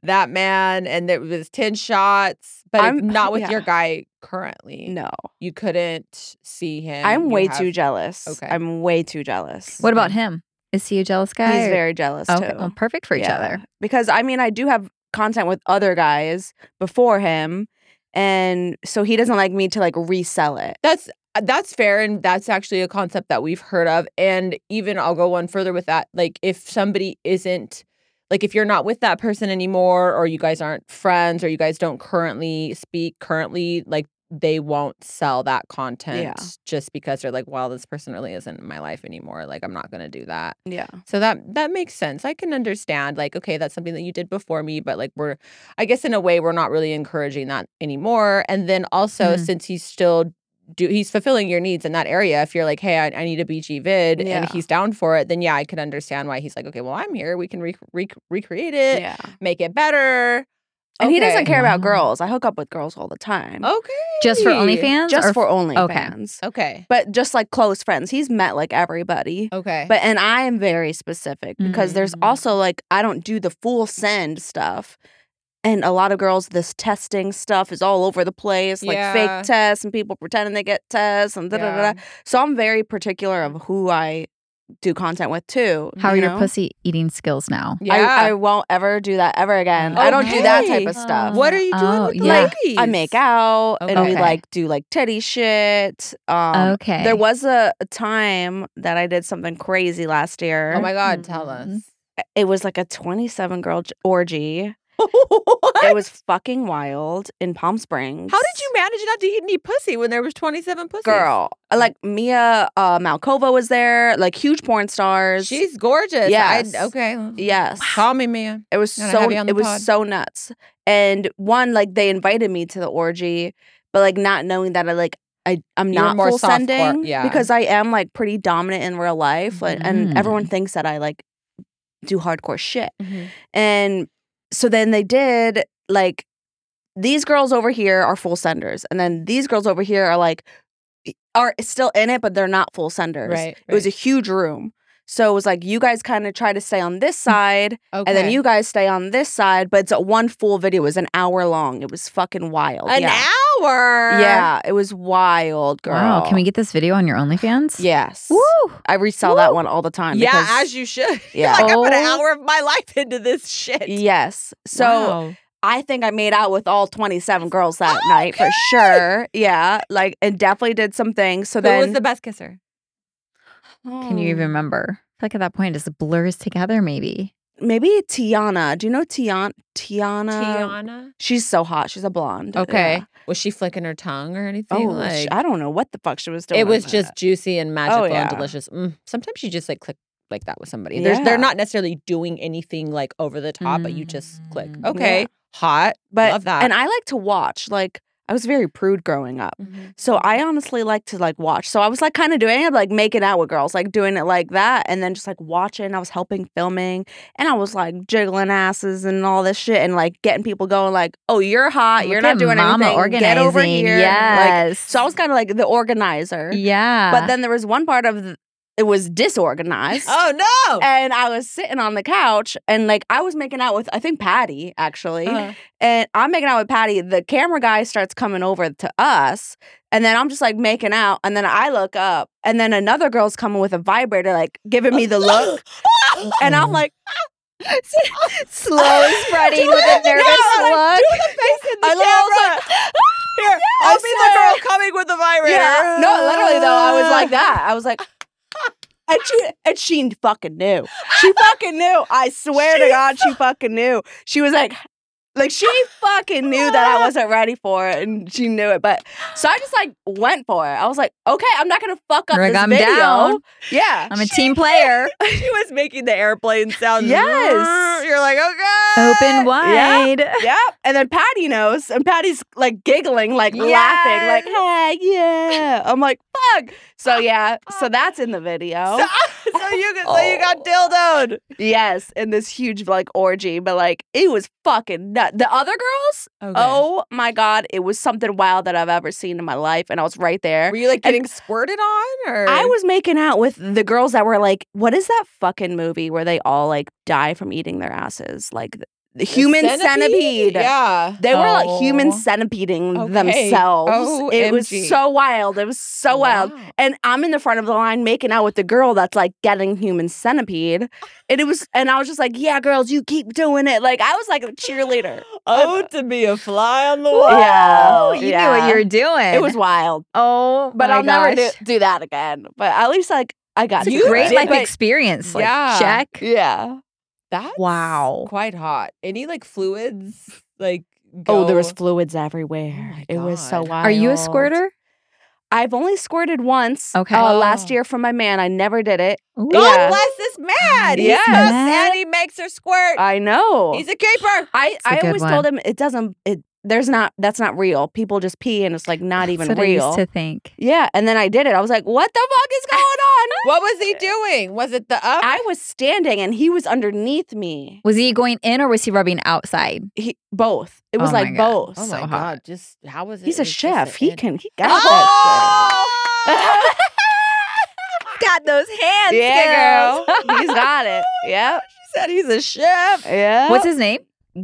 S1: that man, and there was ten shots, but if
S4: I'm-
S1: not with
S4: yeah.
S1: your guy currently.
S4: No.
S1: you couldn't see him.
S4: I'm
S1: You
S4: way
S1: have-
S4: too jealous.
S1: Okay.
S4: I'm way too jealous.
S2: What about him? Is he a jealous guy?
S4: He's
S2: or-
S4: very jealous
S2: okay.
S4: too.
S2: Well, perfect for each
S4: Yeah.
S2: other.
S4: Because I mean, I do have content with other guys before him, and so he doesn't like me to like resell it.
S1: That's uh, that's fair, and that's actually a concept that we've heard of. And even I'll go one further with that. Like if somebody isn't like if you're not with that person anymore, or you guys aren't friends, or you guys don't currently speak currently, like they won't sell that content just because they're like, well, this person really isn't in my life anymore. Like, I'm not gonna do that.
S4: Yeah.
S1: So that that makes sense. I can understand. Like, okay, that's something that you did before me, but like we're I guess in a way we're not really encouraging that anymore. And then also
S4: Mm-hmm.
S2: Mhm.
S1: since he's still do he's fulfilling your needs in that area, if you're like, hey, I, I need a BG vid
S4: Yeah.
S1: and he's down for it, then yeah, I can understand why he's like, okay, well, I'm here. We can re- re- recreate it,
S4: Yeah.
S1: make it better.
S4: Eh, And he doesn't care about
S2: Wow.
S4: girls. I hook up with girls all the time.
S1: Okay.
S2: Just for OnlyFans?
S4: Just
S2: or
S4: for OnlyFans.
S1: Okay.
S4: But just like close friends. He's met like everybody.
S1: Okay.
S4: But and I am very specific because there's
S2: Mm.
S1: Mhm.
S4: also like I don't do the full send stuff. And a lot of girls, this testing stuff is all over the place, like
S1: Yeah.
S4: fake tests and people pretending they get tests and da da da. da. So I'm very particular of who I do content with too.
S2: How are
S4: you
S2: your
S4: know?
S2: pussy eating skills now?
S1: Yeah.
S4: I, I won't ever do that ever again. I don't do that type of
S2: Okay.
S4: stuff.
S1: what are you doing
S2: Oh,
S1: with the
S2: yeah.
S1: ladies?
S4: I make out and we
S2: Okay.
S4: like do like titty shit. Um,
S2: okay.
S4: There was a, a time that I did something crazy last year.
S1: Oh my god, tell us.
S2: Mhm.
S4: it was like a 27 girl j- orgy. It
S1: What?
S4: was fucking wild in Palm Springs.
S1: How did you manage not to eat any pussy when there was 27 pussies?
S4: Girl, uh, like Mia uh, Malkova was there, like huge porn stars.
S1: She's gorgeous.
S4: Yes.
S1: I, okay.
S4: Yes.
S1: Call me, man.
S4: it was
S1: Gotta have
S4: so
S1: you
S4: it
S1: on the
S4: was
S1: pod.
S4: so nuts. And one like they invited me to the orgy, but like not knowing that I like I I'm
S1: You were
S4: not
S1: more
S4: full
S1: softcore,
S4: sending
S1: yeah.
S4: because I am like pretty dominant in real life, like, and
S2: Mm.
S4: everyone
S1: Mm-hmm.
S4: thinks that I like do hardcore shit.
S1: Mhm.
S4: And so then they did like these girls over here are full senders, and then these girls over here are like are still in it, but they're not full senders.
S1: Right,
S4: It was a
S1: right.
S4: huge room. So it was like you guys kind of try to stay on this side,
S1: Mm, Okay.
S4: and then you guys stay on this side. But it's a one full video. It was an hour long. It was fucking wild.
S1: an
S4: yeah.
S1: hour.
S4: Yeah, it was wild, girl.
S2: Wow, can we get this video on your OnlyFans?
S4: Yes.
S2: Woo!
S4: I resell that one all the time.
S1: Yeah,
S4: because-
S1: as you should.
S4: Yeah. Oh,
S1: like I put an
S2: Oh.
S1: hour of my life into this shit.
S4: Yes. So I think I made out with all 27 girls that
S1: Oh,
S4: night for sure. Yeah, like and definitely did some things. So
S1: Who
S4: then
S1: was the best kisser?
S2: Can you
S4: Mm.
S2: even remember? I feel like at that point, it just blurs together, maybe.
S4: Hmm, maybe Tiana. Do you know Tiana? Tiana.
S1: Tiana.
S4: She's so hot. She's a blonde.
S1: Okay.
S4: Yeah.
S1: Was she flicking her tongue or
S4: Oh,
S1: anything?
S4: sh-
S1: like
S4: I don't know what the fuck she was doing.
S1: it was
S4: on
S1: just
S4: that.
S1: juicy and magical
S4: yeah.
S1: and delicious. Mm, sometimes you just like click like that with somebody. There's,
S4: Yeah.
S1: they're not necessarily doing anything like over the top, but you just click.
S2: Mm.
S1: Okay,
S4: Yeah.
S1: hot.
S4: but
S1: love that.
S4: and I like to watch. Like I was very prude growing up. So I honestly like to like watch. So I was like kind of doing it, like making out with girls, like doing it like that, and then just like watching. I was helping filming, and I was like jiggling asses and all this shit, and like getting people going, like, "Oh, you're hot. you're
S2: Look
S4: not
S2: at
S4: doing
S2: Mama
S4: anything.
S2: Organizing.
S4: Get over here." Like,
S2: Yes.
S4: so I was kind of like the organizer,
S2: yeah.
S4: but then there was one part of th- it was disorganized.
S1: oh no.
S4: And I was sitting on the couch and like I was making out with I think Patty actually.
S1: Uh-huh.
S4: And I'm making out with Patty. The camera guy starts coming over to us. And then I'm just like making out. And then I look up. And then another girl's coming with a vibrator, like giving me the look. and I'm like,
S2: slow spreading with a nervous look.
S4: I look, I was like,
S1: Here,
S4: I
S1: I'll be the
S4: said-
S1: girl coming with the vibrator.
S4: yeah. No, literally though, I was like that. I was like, and she and she fucking knew. She fucking knew. I swear to God, she fucking knew. She was like, like she fucking knew that I wasn't ready for it, and she knew it. But so I just like went for it. I was like, okay, I'm not gonna fuck up
S2: Like,
S4: this
S2: I'm
S4: video.
S2: down.
S4: Yeah.
S2: I'm a team player.
S1: she was making the airplane sound.
S4: Yes.
S1: You're like, okay.
S2: Open wide.
S4: Yep. And then Patty knows, and Patty's like giggling, like laughing, like, hey, yeah. I'm like, fuck. So yeah, so that's in the video.
S1: So, so you got so you got dildoed.
S4: Yes, and this huge like orgy, but like it was fucking nut. The other girls,
S1: Okay.
S4: oh my god, it was something wild that I've ever seen in my life, and I was right there.
S1: Were you like
S4: And-
S1: getting squirted on or
S4: I was making out with the girls that were like, "What is that fucking movie where they all like die from eating their asses?" Like the,
S1: The
S4: the human centipede.
S1: Yeah.
S4: They were like human
S1: Oh.
S4: centipeding
S1: Okay. Oh,
S4: themselves. It was
S1: OMG.
S4: so wild. It was so wild.
S1: Wow.
S4: And I'm in the front of the line making out with the girl that's like getting human centipede. And it was and I was just like, Yeah, girls, you keep doing it. Like I was like a cheerleader.
S1: Oh, to be a fly on the wall.
S4: uh, Yeah.
S2: Oh, you knew what you were doing.
S4: It was wild.
S2: oh,
S4: But
S2: my
S4: I'll
S2: gosh.
S4: never do, do that again. But at least like I got
S2: It's
S4: to
S2: a
S4: do
S2: great
S4: it.
S2: life
S4: But-
S2: experience. Like,
S1: Yeah.
S2: check.
S4: Yeah.
S1: That's
S2: Wow.
S1: quite hot. Any like fluids like go
S4: Oh, there was fluids everywhere.
S1: my
S4: it was so
S1: God.
S4: wild.
S2: Oh Are you a squirter?
S4: I've only squirted once.
S2: Okay.
S4: uh,
S1: Oh.
S4: last year from my man. I never did it.
S2: Ooh.
S1: God
S4: Yeah.
S1: bless this man. He
S4: Yes.
S1: smells and he makes her squirt.
S4: I know.
S1: He's a keeper.
S4: I
S2: a
S4: I
S2: good
S4: always told him it doesn't. It there's not. That's not real. People just pee and it's like not even
S2: That's what I
S4: real.
S2: used to think.
S4: yeah. And then I did it. I was like, what the fuck is going on?
S1: What was he doing? Was it the up?
S4: I was standing and he was underneath me.
S2: Was he going in or was he rubbing outside?
S4: He both. It was
S2: Oh my
S4: like
S2: God.
S4: both.
S2: Oh
S1: my
S2: my hot.
S1: God. Just how was it?
S4: He's
S1: it
S4: a
S1: was just
S4: chef.
S1: an
S4: He
S1: in-
S4: can. He got that
S1: Oh!
S2: Got those hands,
S4: shit. Yeah, girl. He's got it. Yep.
S1: she said he's a chef.
S4: Yeah.
S2: What's his name?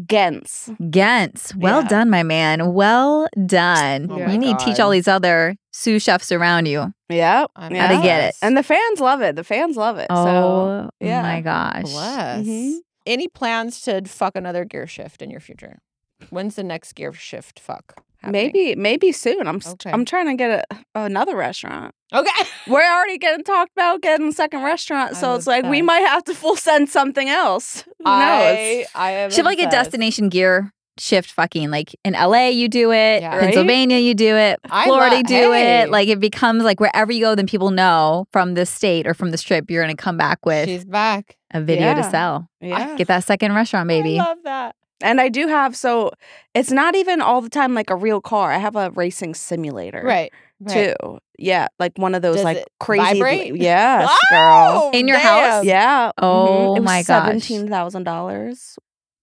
S4: Gens?
S2: Gens. Well
S4: Yeah.
S2: done, my man. Well done.
S1: Oh
S2: you
S1: my
S2: need to teach all
S1: God.
S2: these other sous chefs around you
S4: Yep.
S1: I'm
S4: Yeah.
S2: how to get it.
S1: Yes.
S4: And the fans love it. The fans love it. so
S2: oh
S4: yeah.
S2: my
S1: Mm-hmm.
S2: gosh.
S1: Bless.
S4: Mhm.
S1: Any plans to fuck another gear shift in your future? When's the next gear shift fuck? happening?
S4: maybe maybe soon. I'm st-
S1: Okay.
S4: I'm trying to get a, another restaurant.
S1: Okay.
S4: We're already getting talked about getting a second restaurant, so
S1: I'm
S4: it's like we
S1: obsessed.
S4: might have to full send something else. Who knows?
S1: I, I am
S2: Should have like a
S1: obsessed.
S2: destination gear shift fucking like in LA you do it,
S1: Yeah.
S4: Right?
S2: Pennsylvania you do it,
S1: I
S2: Florida
S1: lo-
S2: do
S1: Hey.
S2: it. Like it becomes like wherever you go then people know from this state or from this trip you're going to come back with
S1: She's back.
S2: a video to
S4: Yeah.
S2: sell.
S4: Yeah.
S2: Get that second restaurant baby.
S1: I love that.
S4: and I do have so it's not even all the time like a real car. I have a racing simulator.
S1: Right.
S4: Too. Yeah. Like one of those
S1: Does
S4: like
S1: it
S4: crazy.
S1: vibrate?
S4: Yes, girl.
S1: Oh,
S2: In your house?
S1: damn.
S4: Yeah.
S2: Oh
S4: mhm. It was
S2: my gosh.
S4: Seventeen thousand dollars.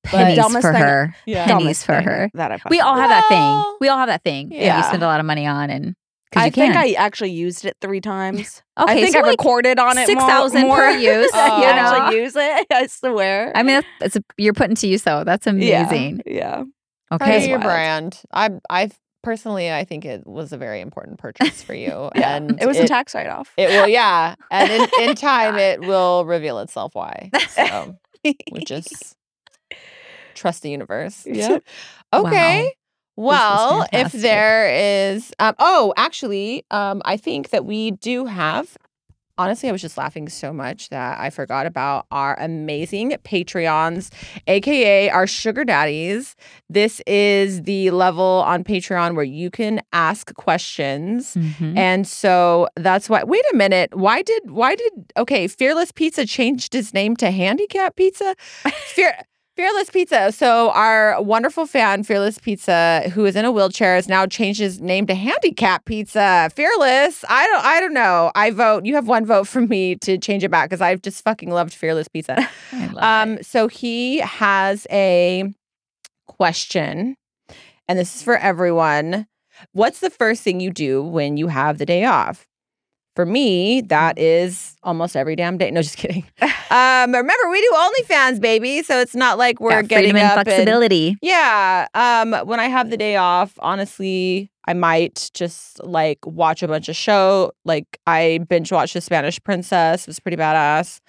S2: Pennies
S4: Dumbest
S2: for
S4: thing-
S2: her.
S1: Yeah.
S2: Pennies for her.
S4: That I
S2: We
S4: fucking
S2: all have that thing.
S1: Well,
S2: We all have that thing. Yeah. you
S4: yeah.
S2: spend a lot of money on and because
S4: I
S2: you
S4: think
S2: can.
S4: I actually used it three times.
S2: okay,
S4: I think
S2: so
S4: I
S2: like,
S4: recorded on it
S2: six
S4: more-
S2: thousand
S4: more
S2: per use.
S4: than I
S1: you
S4: actually use it. I swear.
S2: I mean, that's, it's a, you're putting to use though. That's
S4: Yeah,
S2: amazing.
S4: Yeah.
S1: Part of
S2: Okay,
S1: your
S4: wild.
S1: brand. I I personally I think it was a very important purchase for you.
S4: Yeah.
S1: And
S4: it was a
S1: it,
S4: tax write off.
S1: It will, yeah. And in, in time it will reveal itself why. So we just trust the universe.
S4: Yep.
S1: okay.
S2: Wow.
S1: Well, if
S2: fantastic.
S1: there is, um, oh, actually, um, I think that we do have. Honestly, I was just laughing so much that I forgot about our amazing Patreons, aka our sugar daddies. This is the level on Patreon where you can ask questions.
S2: Mhm.
S1: And so that's why wait a minute. Why did why did okay, Fearless Pizza changed his name to Handicap Pizza? Fear Fearless Pizza. So our wonderful fan, Fearless Pizza, who is in a wheelchair, has now changed his name to Handicap Pizza. Fearless. I don't I don't know. I vote you have one vote from me to change it back because I've just fucking loved Fearless Pizza.
S2: I love it.
S1: Um, so he has a question, and this is for everyone. What's the first thing you do when you have the day off? For me, that is almost every damn day. No, just kidding. Um, remember, we do OnlyFans, baby. So it's not like we're
S2: Got
S1: getting
S2: freedom
S1: up
S2: and
S1: and
S2: flexibility.
S1: yeah. Um, when I have the day off, honestly, I might just like watch a bunch of show. Like I binge watched The Spanish Princess. It was pretty badass.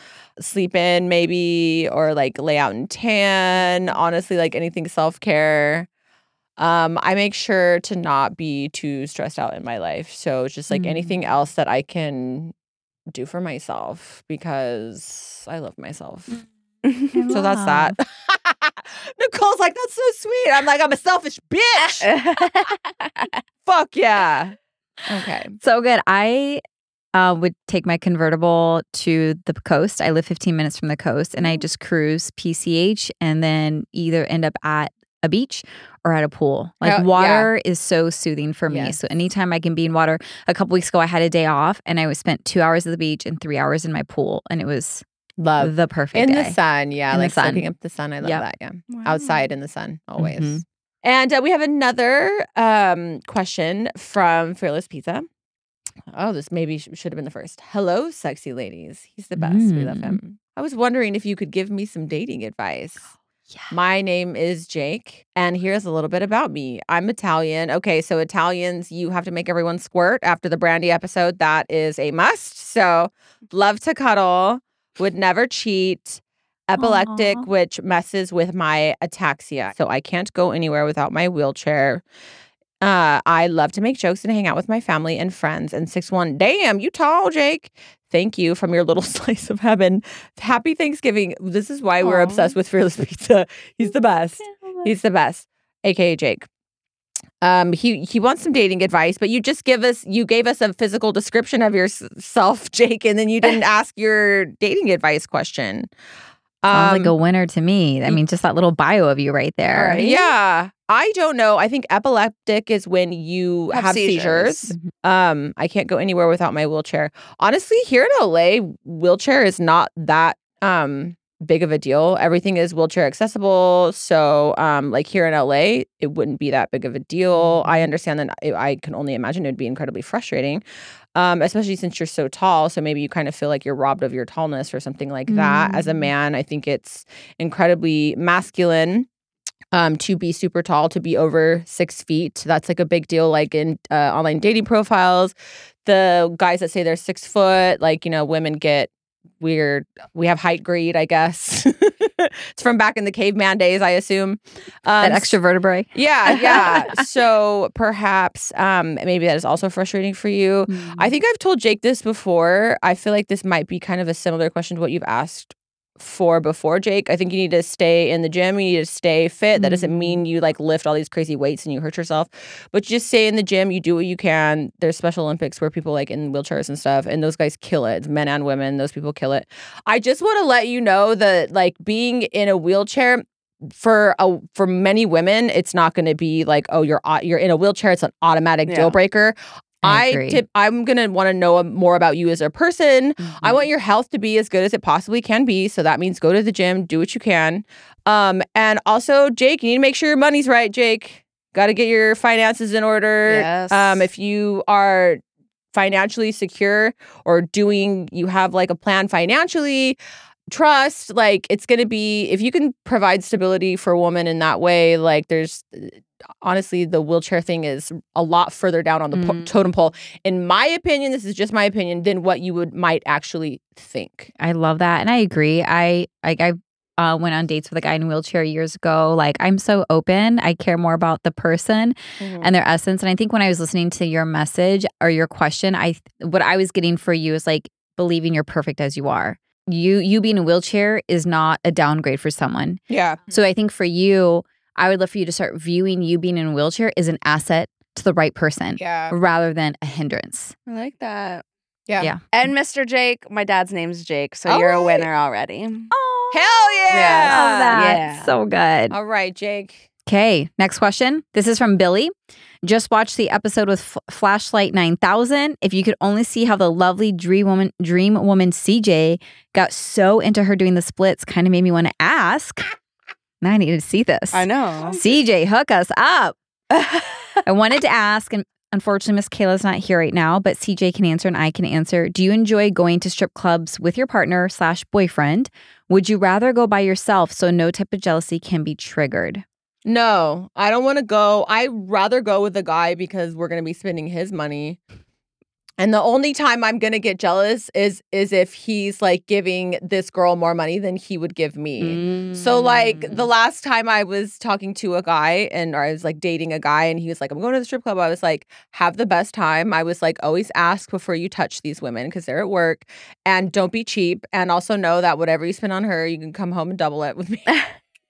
S1: Sleep in maybe or like lay out and tan. Honestly, like anything self-care. Um, I make sure to not be too stressed out in my life. So it's just like
S2: Mm.
S1: anything else that I can do for myself because I love myself. So that's that. Nicole's like, that's so sweet. I'm like, I'm a selfish bitch. Fuck yeah. Okay.
S2: So good. I uh, would take my convertible to the coast. I live 15 minutes from the coast
S1: Mm.
S2: and I just cruise PCH and then either end up at a beach or at a pool. Like
S1: Oh, yeah.
S2: water is so soothing for me.
S1: Yes.
S2: So anytime I can be in water, a couple weeks ago I had a day off and I was spent two hours at the beach and three hours in my pool and it was
S1: Love.
S2: the perfect
S1: In
S2: day.
S1: the sun. Yeah.
S2: In the
S1: like soaking
S2: sun.
S1: up the sun. I love
S2: Yep.
S1: that. Yeah. Outside in the sun, always.
S2: Mhm.
S1: And uh, we have another um, question from Fearless Pizza. Oh, this maybe sh- should have been the first. Hello, sexy ladies. He's the best. We love
S2: Mm.
S1: him. I was wondering if you could give me some dating advice.
S2: Yeah.
S1: My name is Jake, and here's a little bit about me. I'm Italian. Okay, so Italians, you have to make everyone squirt after the brandy episode. That is a must. So, love to cuddle, would never cheat, epileptic,
S2: Aw.
S1: which messes with my ataxia. So, I can't go anywhere without my wheelchair. Uh, I love to make jokes and hang out with my family and friends. And six one, damn, you tall, Jake. Thank you from your little slice of heaven. Happy Thanksgiving. This is why we're
S4: Aw.
S1: obsessed with Fearless Pizza. He's the best. He's the best. aka Jake. Um, he he wants some dating advice, but you just give us you gave us a physical description of yourself, Jake, and then you didn't ask your dating advice question. Um,
S2: Sounds like a winner to me. I mean, just that little bio of you right there.
S4: Right.
S1: Yeah. I don't know. I think epileptic is when you have,
S4: Have
S1: seizures.
S4: seizures.
S1: Um, I can't go anywhere without my wheelchair. Honestly, here in LA, wheelchair is not that um big of a deal. Everything is wheelchair accessible. So, um, like here in LA, it wouldn't be that big of a deal. I understand that I- I can only imagine it would be incredibly frustrating. Um, especially since you're so tall, so maybe you kind of feel like you're robbed of your tallness or something like that. As a
S2: Mm.
S1: man, I think it's incredibly masculine um, to be super tall, to be over six feet. That's like a big deal, like in uh, online dating profiles. The guys that say they're six foot, like, you know, women get weird. We have height greed, I guess. it's from back in the caveman days, I assume. Um,
S2: That extra vertebrae.
S1: Yeah, yeah. so perhaps um, maybe that is also frustrating for you. I think I've told Jake this before. I feel like this might be kind of a similar question to what you've asked for before, Jake. I think you need to stay in the gym. You need to stay fit. That doesn't
S2: Mm.
S1: mean you like lift all these crazy weights and you hurt yourself, but you just stay in the gym. You do what you can. There's Special Olympics where people like in wheelchairs and stuff, and those guys kill it. It's men and women. Those people kill it. I just want to let you know that like being in a wheelchair for a for many women, it's not going to be like oh you're au- you're in a wheelchair. It's an automatic
S4: Yeah.
S1: deal breaker.
S2: I
S1: I,
S2: agree.
S1: tip, I'm gonna want to know um, more about you as a person. I
S2: Mm-hmm.
S1: want your health to be as good as it possibly can be. So that means go to the gym, do what you can. Um, and also, Jake, you need to make sure your money's right, Jake. Got to get your finances in order.
S4: Yes.
S1: Um, if you are financially secure or doing, you have like a plan financially, trust, like it's going to be, if you can provide stability for a woman in that way, like there's uh, honestly, the wheelchair thing is a lot further down on the po-
S2: Mm.
S1: totem pole, in my opinion, this is just my opinion, than what you would might actually think.
S2: I love that, and I agree. I like I uh, went on dates with a guy in a wheelchair years ago. Like I'm so open. I care more about the person and their essence. And I think when I was listening to your message or your question, I what I was getting for you is like believing you're perfect as you are. You you being in a wheelchair is not a downgrade for someone.
S1: Yeah.
S2: So I think for you, I would love for you to start viewing you being in a wheelchair as an asset to the right person
S6: Yeah.
S2: rather than a hindrance.
S4: I like that.
S6: Yeah.
S2: Yeah.
S4: And Mr. Jake, my dad's name's Jake, so
S1: All
S4: you're a
S1: right.
S4: winner already.
S2: Oh,
S1: Hell yeah.
S4: Yeah.
S2: love that.
S4: Yeah.
S2: So good.
S1: All right, Jake.
S2: Okay, next question. This is from Billy. Just watched the episode with F- Flashlight 9000. If you could only see how the lovely dream woman, dream woman CJ got so into her doing the splits, kind of made me want to ask. Now I need to see this.
S4: I know.
S2: CJ, hook us up. I wanted to ask, and unfortunately, Miss Kayla's not here right now, but CJ can answer and I can answer. Do you enjoy going to strip clubs with your partner slash boyfriend? Would you rather go by yourself so no type of jealousy can be triggered?
S1: No, I don't want to go. I'd rather go with a guy because we're going to be spending his money. And the only time I'm going to get jealous is is if he's like giving this girl more money than he would give me. So like
S2: Mm.
S1: the last time I was talking to a guy and or I was like dating a guy and he was like, I'm going to the strip club. I was like, have the best time. I was like, always ask before you touch these women because they're at work and don't be cheap. And also know that whatever you spend on her, you can come home and double it with me. he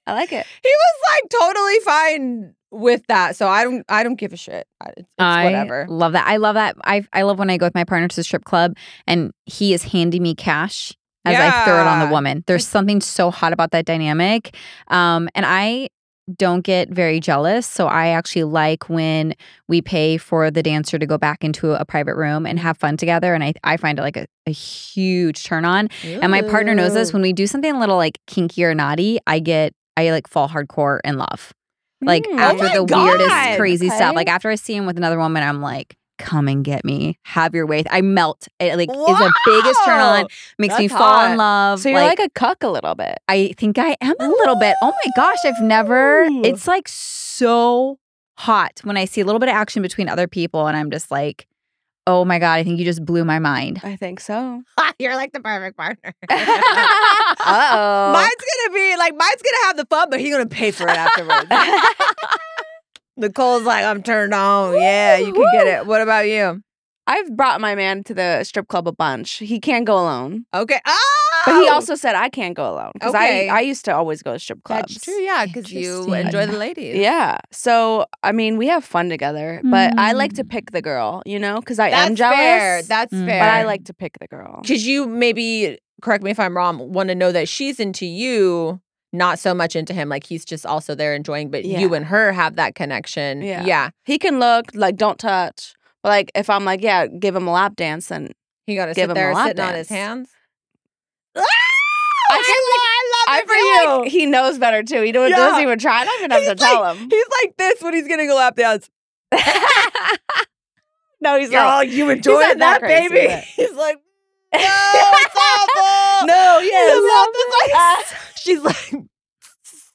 S4: I like it.
S1: was like totally fine with that. So I don't I don't give a shit. I- It's, it's
S2: I
S1: whatever.
S2: love that. I love that. I I love when I go with my partner to the strip club and he is handing me cash as I throw it on
S1: Yeah.
S2: the woman. There's something so hot about that dynamic. Um, and I don't get very jealous, so I actually like when we pay for the dancer to go back into a private room and have fun together. And I I find it like a, a huge turn on. And my partner knows this. When we do something a little like kinky or naughty, I get I like fall hardcore in love like
S4: Mm.
S2: after
S1: my
S2: the
S1: God.
S2: weirdest crazy stuff
S4: Okay.
S2: like after i see him with another woman i'm like come and get me have your way i melt it like is
S1: Wow.
S2: the biggest turn on makes me
S1: That's
S2: fall
S1: hot.
S2: in love
S4: So you're like, a cuck a little bit.
S2: i think i am a little bit oh my gosh i've never
S4: Ooh.
S2: it's like so hot when i see a little bit of action between other people and i'm just like oh my god i think you just blew my mind
S4: I think so.
S1: You're like the perfect partner.
S4: Uh
S1: Mine's gonna be like mine's gonna have the fun, but he's gonna pay for it afterwards. Nicole's like, I'm turned on. Yeah, you can get it. What about you?
S4: I've brought my man to the strip club a bunch. He can't go alone.
S1: Okay. Ah,
S4: But he also said I can't go alone because
S1: Okay.
S4: I I used to always go to strip clubs.
S1: That's true, yeah, because you
S2: Interesting.
S1: enjoy the ladies.
S4: Yeah. So I mean, we have fun together, but I like to
S2: Mm.
S4: pick the girl, you know, because I
S1: that's
S4: am jealous.
S1: fair. That's
S2: Mm.
S1: fair.
S4: but I like to pick the girl.
S1: Because you maybe correct me if I'm wrong. Want to know that she's into you, not so much into him. Like he's just also there enjoying, but you
S4: Yeah.
S1: and her have that connection.
S4: Yeah.
S1: yeah.
S4: He can look like don't touch. But like if I'm like yeah, give him a lap dance and
S1: He got to sit
S4: Give him a
S1: there
S4: lap
S1: sitting on his
S4: dance. Ah!
S1: hands.
S4: I feel like
S1: I
S4: I
S1: love
S4: feel like he knows better too. He don't-
S1: Yeah.
S4: doesn't even try. I don't even have
S1: He's
S4: to tell him.
S1: He's like this when he's getting a lap dance.
S4: No, he's
S1: Girl,
S4: like
S1: you
S4: not
S1: enjoying that,
S4: that crazy,
S1: baby?
S4: but-
S1: He's like, no, it's awful.
S4: no.
S1: It's
S4: Yes,
S1: awful. She's like,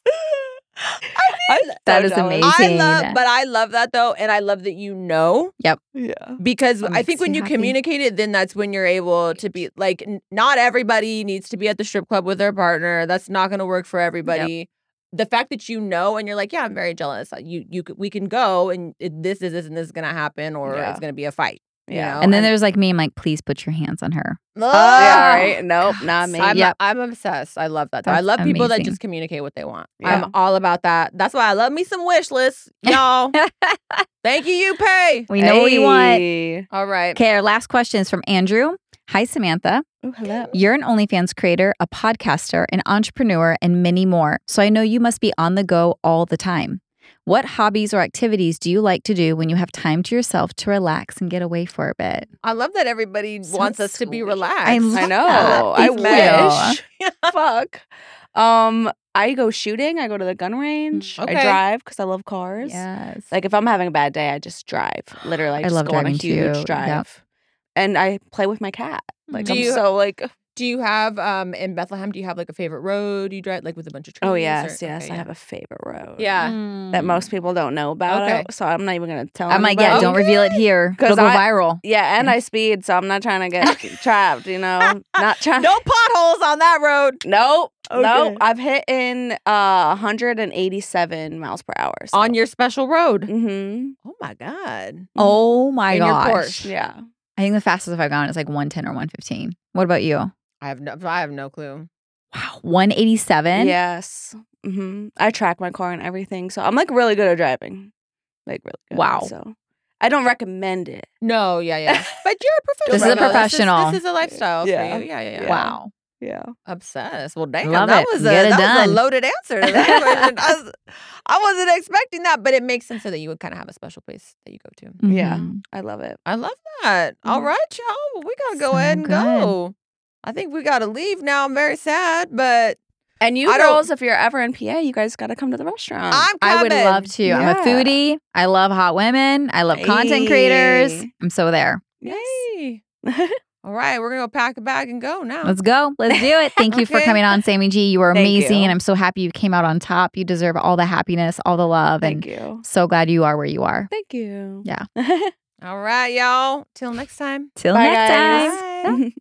S1: I mean,
S2: That is
S1: I
S2: amazing.
S1: love, but I love that though, and I love that you know
S4: yeah.
S1: because
S2: That
S1: I think
S2: makes
S1: when
S2: you
S1: you
S2: happy.
S1: communicate it, then that's when you're able to be like, n- not everybody needs to be at the strip club with their partner. That's not going to work for everybody. The fact that you know and you're like, yeah, I'm very jealous. You, you, c- we can go, and it, this is this and this is going to happen, or
S4: Yeah.
S1: it's going to be a fight. You
S4: Yeah.
S1: know?
S2: and then there's like me. I'm like, please put your hands on her.
S1: Ugh.
S4: yeah. Right. Nope. Not me.
S1: I'm,
S2: Yep.
S1: I'm obsessed. I love that. Though. I
S2: That's
S1: love people that
S2: amazing.
S1: just communicate what they want.
S4: Yeah.
S1: I'm all about that. That's why I love me some wish lists, y'all. Thank you, you pay.
S2: We know what you want.
S4: Hey.
S1: All right.
S2: Okay, our last question is from Andrew. Hi, Samantha.
S4: Ooh, Oh, hello.
S2: You're an OnlyFans creator, a podcaster, an entrepreneur, and many more. So I know you must be on the go all the time. What hobbies or activities do you like to do when you have time to yourself to relax and get away for a bit?
S1: I love that everybody
S2: So
S1: wants us to be
S2: sweet.
S1: relaxed.
S4: I
S2: love
S4: know.
S2: that.
S4: I
S2: Thank you.
S4: wish. Fuck. Um, I go shooting. I go to the gun range.
S1: Okay.
S4: I drive because I love cars.
S2: Yes.
S4: Like if I'm having a bad day, I just drive. Literally, I
S2: I
S4: just
S2: love
S4: go on a
S2: driving
S4: huge
S2: too. Mm,
S4: drive.
S2: Yep.
S4: And I play with my cat.
S2: Hmm.
S4: Like
S1: Do
S4: I'm
S1: you-
S4: so like
S1: Do you have um in Bethlehem? Do you have like a favorite road you drive like with a bunch of trees?
S4: oh
S1: or-
S4: yes, yes.
S1: okay,
S4: I have a favorite road.
S1: yeah.
S4: that most people don't know about.
S1: Okay.
S4: So I'm not even gonna tell.
S2: Mm. I'm like, yeah,
S4: anybody.
S2: don't reveal it here.
S4: 'Cause
S2: It'll go
S4: I-
S2: viral.
S4: Oh, Yeah, and
S2: Yeah.
S4: I speed, so I'm not trying to get trapped. You know, not trying.
S1: No potholes on that road.
S4: Nope.
S1: Okay.
S4: Nope. I've hit in uh 187 miles per hour. so-
S1: On your special road.
S4: Mhm.
S2: Mm.
S1: Oh my god.
S2: Oh my
S1: In your
S2: gosh.
S1: Porsche.
S4: Yeah.
S2: I think the fastest I've gone is like 110 or 115. What about you?
S1: I have no I have no clue.
S2: Wow, 187?
S4: Yes. hmm I track my car and everything, so I'm like really good at driving. Like really good.
S2: Wow.
S4: So I don't recommend it.
S1: No, yeah, yeah. But you're a professional.
S2: This is a
S1: though.
S2: professional.
S1: This is, a lifestyle
S4: Yeah.
S1: for you. Yeah, yeah, yeah.
S2: Wow.
S4: Yeah.
S1: Obsessed. Well, damn,
S2: Love
S1: that
S2: it.
S1: was a
S2: Get it
S1: that was
S2: done.
S1: a loaded answer. to that question. I, was, I wasn't expecting that, but it makes sense so that you would kind of have a special place that you go to.
S4: Yeah.
S2: Mhm.
S4: I love it.
S1: I love that. All
S4: Mhm.
S1: right, y'all. We gotta go
S2: So
S1: ahead and
S2: good.
S1: go. I think we gotta leave now. I'm very sad, but
S4: And you
S1: I don't-
S4: girls, if you're ever in PA, you guys got to come to the restaurant.
S1: I'm coming.
S2: Um, I would love to. I'm a
S4: Yeah.
S2: foodie. I love hot women. I love content creators.
S4: Hey.
S2: I'm so there.
S4: Yes.
S1: Yay. All right, we're gonna go pack a bag and go now.
S2: Let's go. Let's do it. Thank you for
S1: Okay.
S2: coming on, Sammy G. You were
S4: Oh. Thank
S2: amazing.
S4: you.
S2: And I'm so happy you came out on top. You deserve all the happiness, all the love.
S4: Thank
S2: and
S4: you.
S2: so glad you are where you are.
S4: Thank you.
S2: Yeah.
S4: Bye,
S1: All right, y'all. Till next time.
S2: Till next
S4: guys.
S2: time.
S1: Bye.